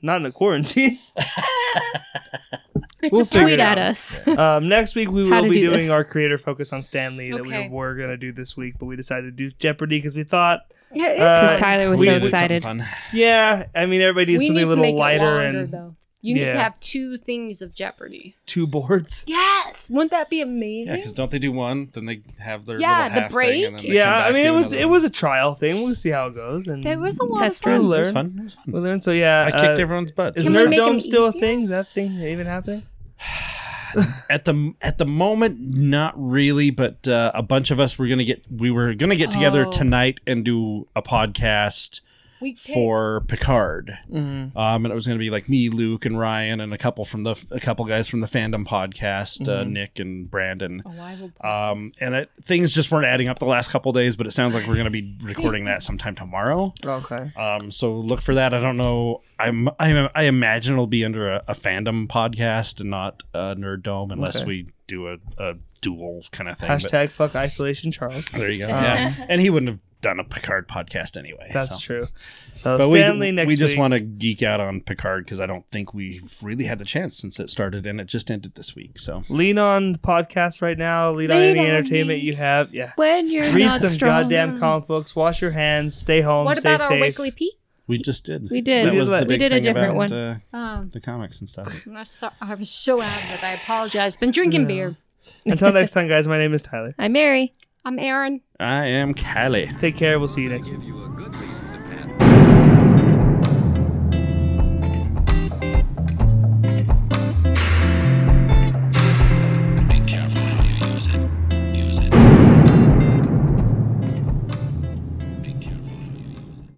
C: not in a quarantine.
B: It's
C: We'll
B: a tweet
C: figure it
B: at
C: out.
B: us.
C: Um, next week we
B: How
C: will
B: to
C: be
B: do
C: doing
B: this.
C: our creator focus on Stanley that
A: Okay.
C: we were gonna do this week, but we decided to do Jeopardy because we thought,
A: Yeah, it is
C: Uh,
B: Because Tyler was
C: we
B: so
C: did something
B: excited.
F: Fun.
C: yeah, I mean everybody needs
A: we
C: something
A: need
C: a
A: to make
C: little
A: it
C: lighter
A: longer,
C: and
A: though. You need to
C: Yeah.
A: have two things of Jeopardy.
C: two boards.
A: Yes, wouldn't that be
F: Yeah,
A: amazing?
F: because don't they do one? Then they have their
A: Yeah,
F: little
A: the
F: half
A: break.
F: Thing, and then they come
C: Yeah,
F: back,
C: I mean
F: do
C: it was
F: another
C: it
F: one.
C: was a trial thing. We'll see how it goes, and
A: there was a lot
B: Test
A: of fun.
C: we'll
F: It
C: learn.
F: was fun. It was fun.
C: We'll learn. So yeah,
F: I kicked
C: uh,
F: everyone's butt.
C: Is
A: Can we
C: Nerd
A: make 'em
C: Dome still a
A: easier?
C: thing? Is that thing even happening?
F: at the at the moment not really but uh, a bunch of us were gonna get we were gonna get together
B: Oh.
F: tonight and do a podcast
A: Weak picks.
F: for picard
C: Mm-hmm.
F: um and it was gonna be like me luke and ryan and a couple from the a couple guys from the fandom podcast uh, nick and brandon
A: Oh, I will.
F: um and it, things just weren't adding up the last couple days but it sounds like we're gonna be recording that sometime tomorrow
C: Okay.
F: um, so look for that. I don't know. I'm, I'm I imagine it'll be under a, a fandom podcast and not uh, Nerd Dome unless
C: Okay.
F: we do a, a dual kind of thing. but
C: Hashtag fuck isolation, Charles.
F: there you go. yeah. And he wouldn't have done a Picard podcast anyway.
C: That's
F: so.
C: true. So
F: But
C: Stanley
F: we,
C: next
F: we just
C: week.
F: want to geek out on Picard because I don't think we've really had the chance since it started and it just ended this week. So
C: lean on the podcast right now. Lean, on
B: Lean
C: any
B: on
C: E entertainment
B: me.
C: you have. Yeah.
B: When you're
C: Read
B: not
C: some
B: strong um,
C: goddamn
B: enough.
C: comic books. Wash your hands. Stay home.
A: What
C: stay
A: about
C: safe.
A: our weekly peek?
F: we just did.
B: We did.
F: That
C: We
F: was
C: did
F: the
C: a-
F: big
B: we did a
F: thing
B: different
F: about,
B: one.
F: Uh,
A: Um,
F: the comics and stuff.
A: I'm so, I was so out of it. I apologize. Been drinking beer.
C: Until next time, guys. My name is Tyler.
B: I'm Mary.
A: I'm Aaron.
F: I am Callie.
C: Take care. We'll see you next.
G: Give you a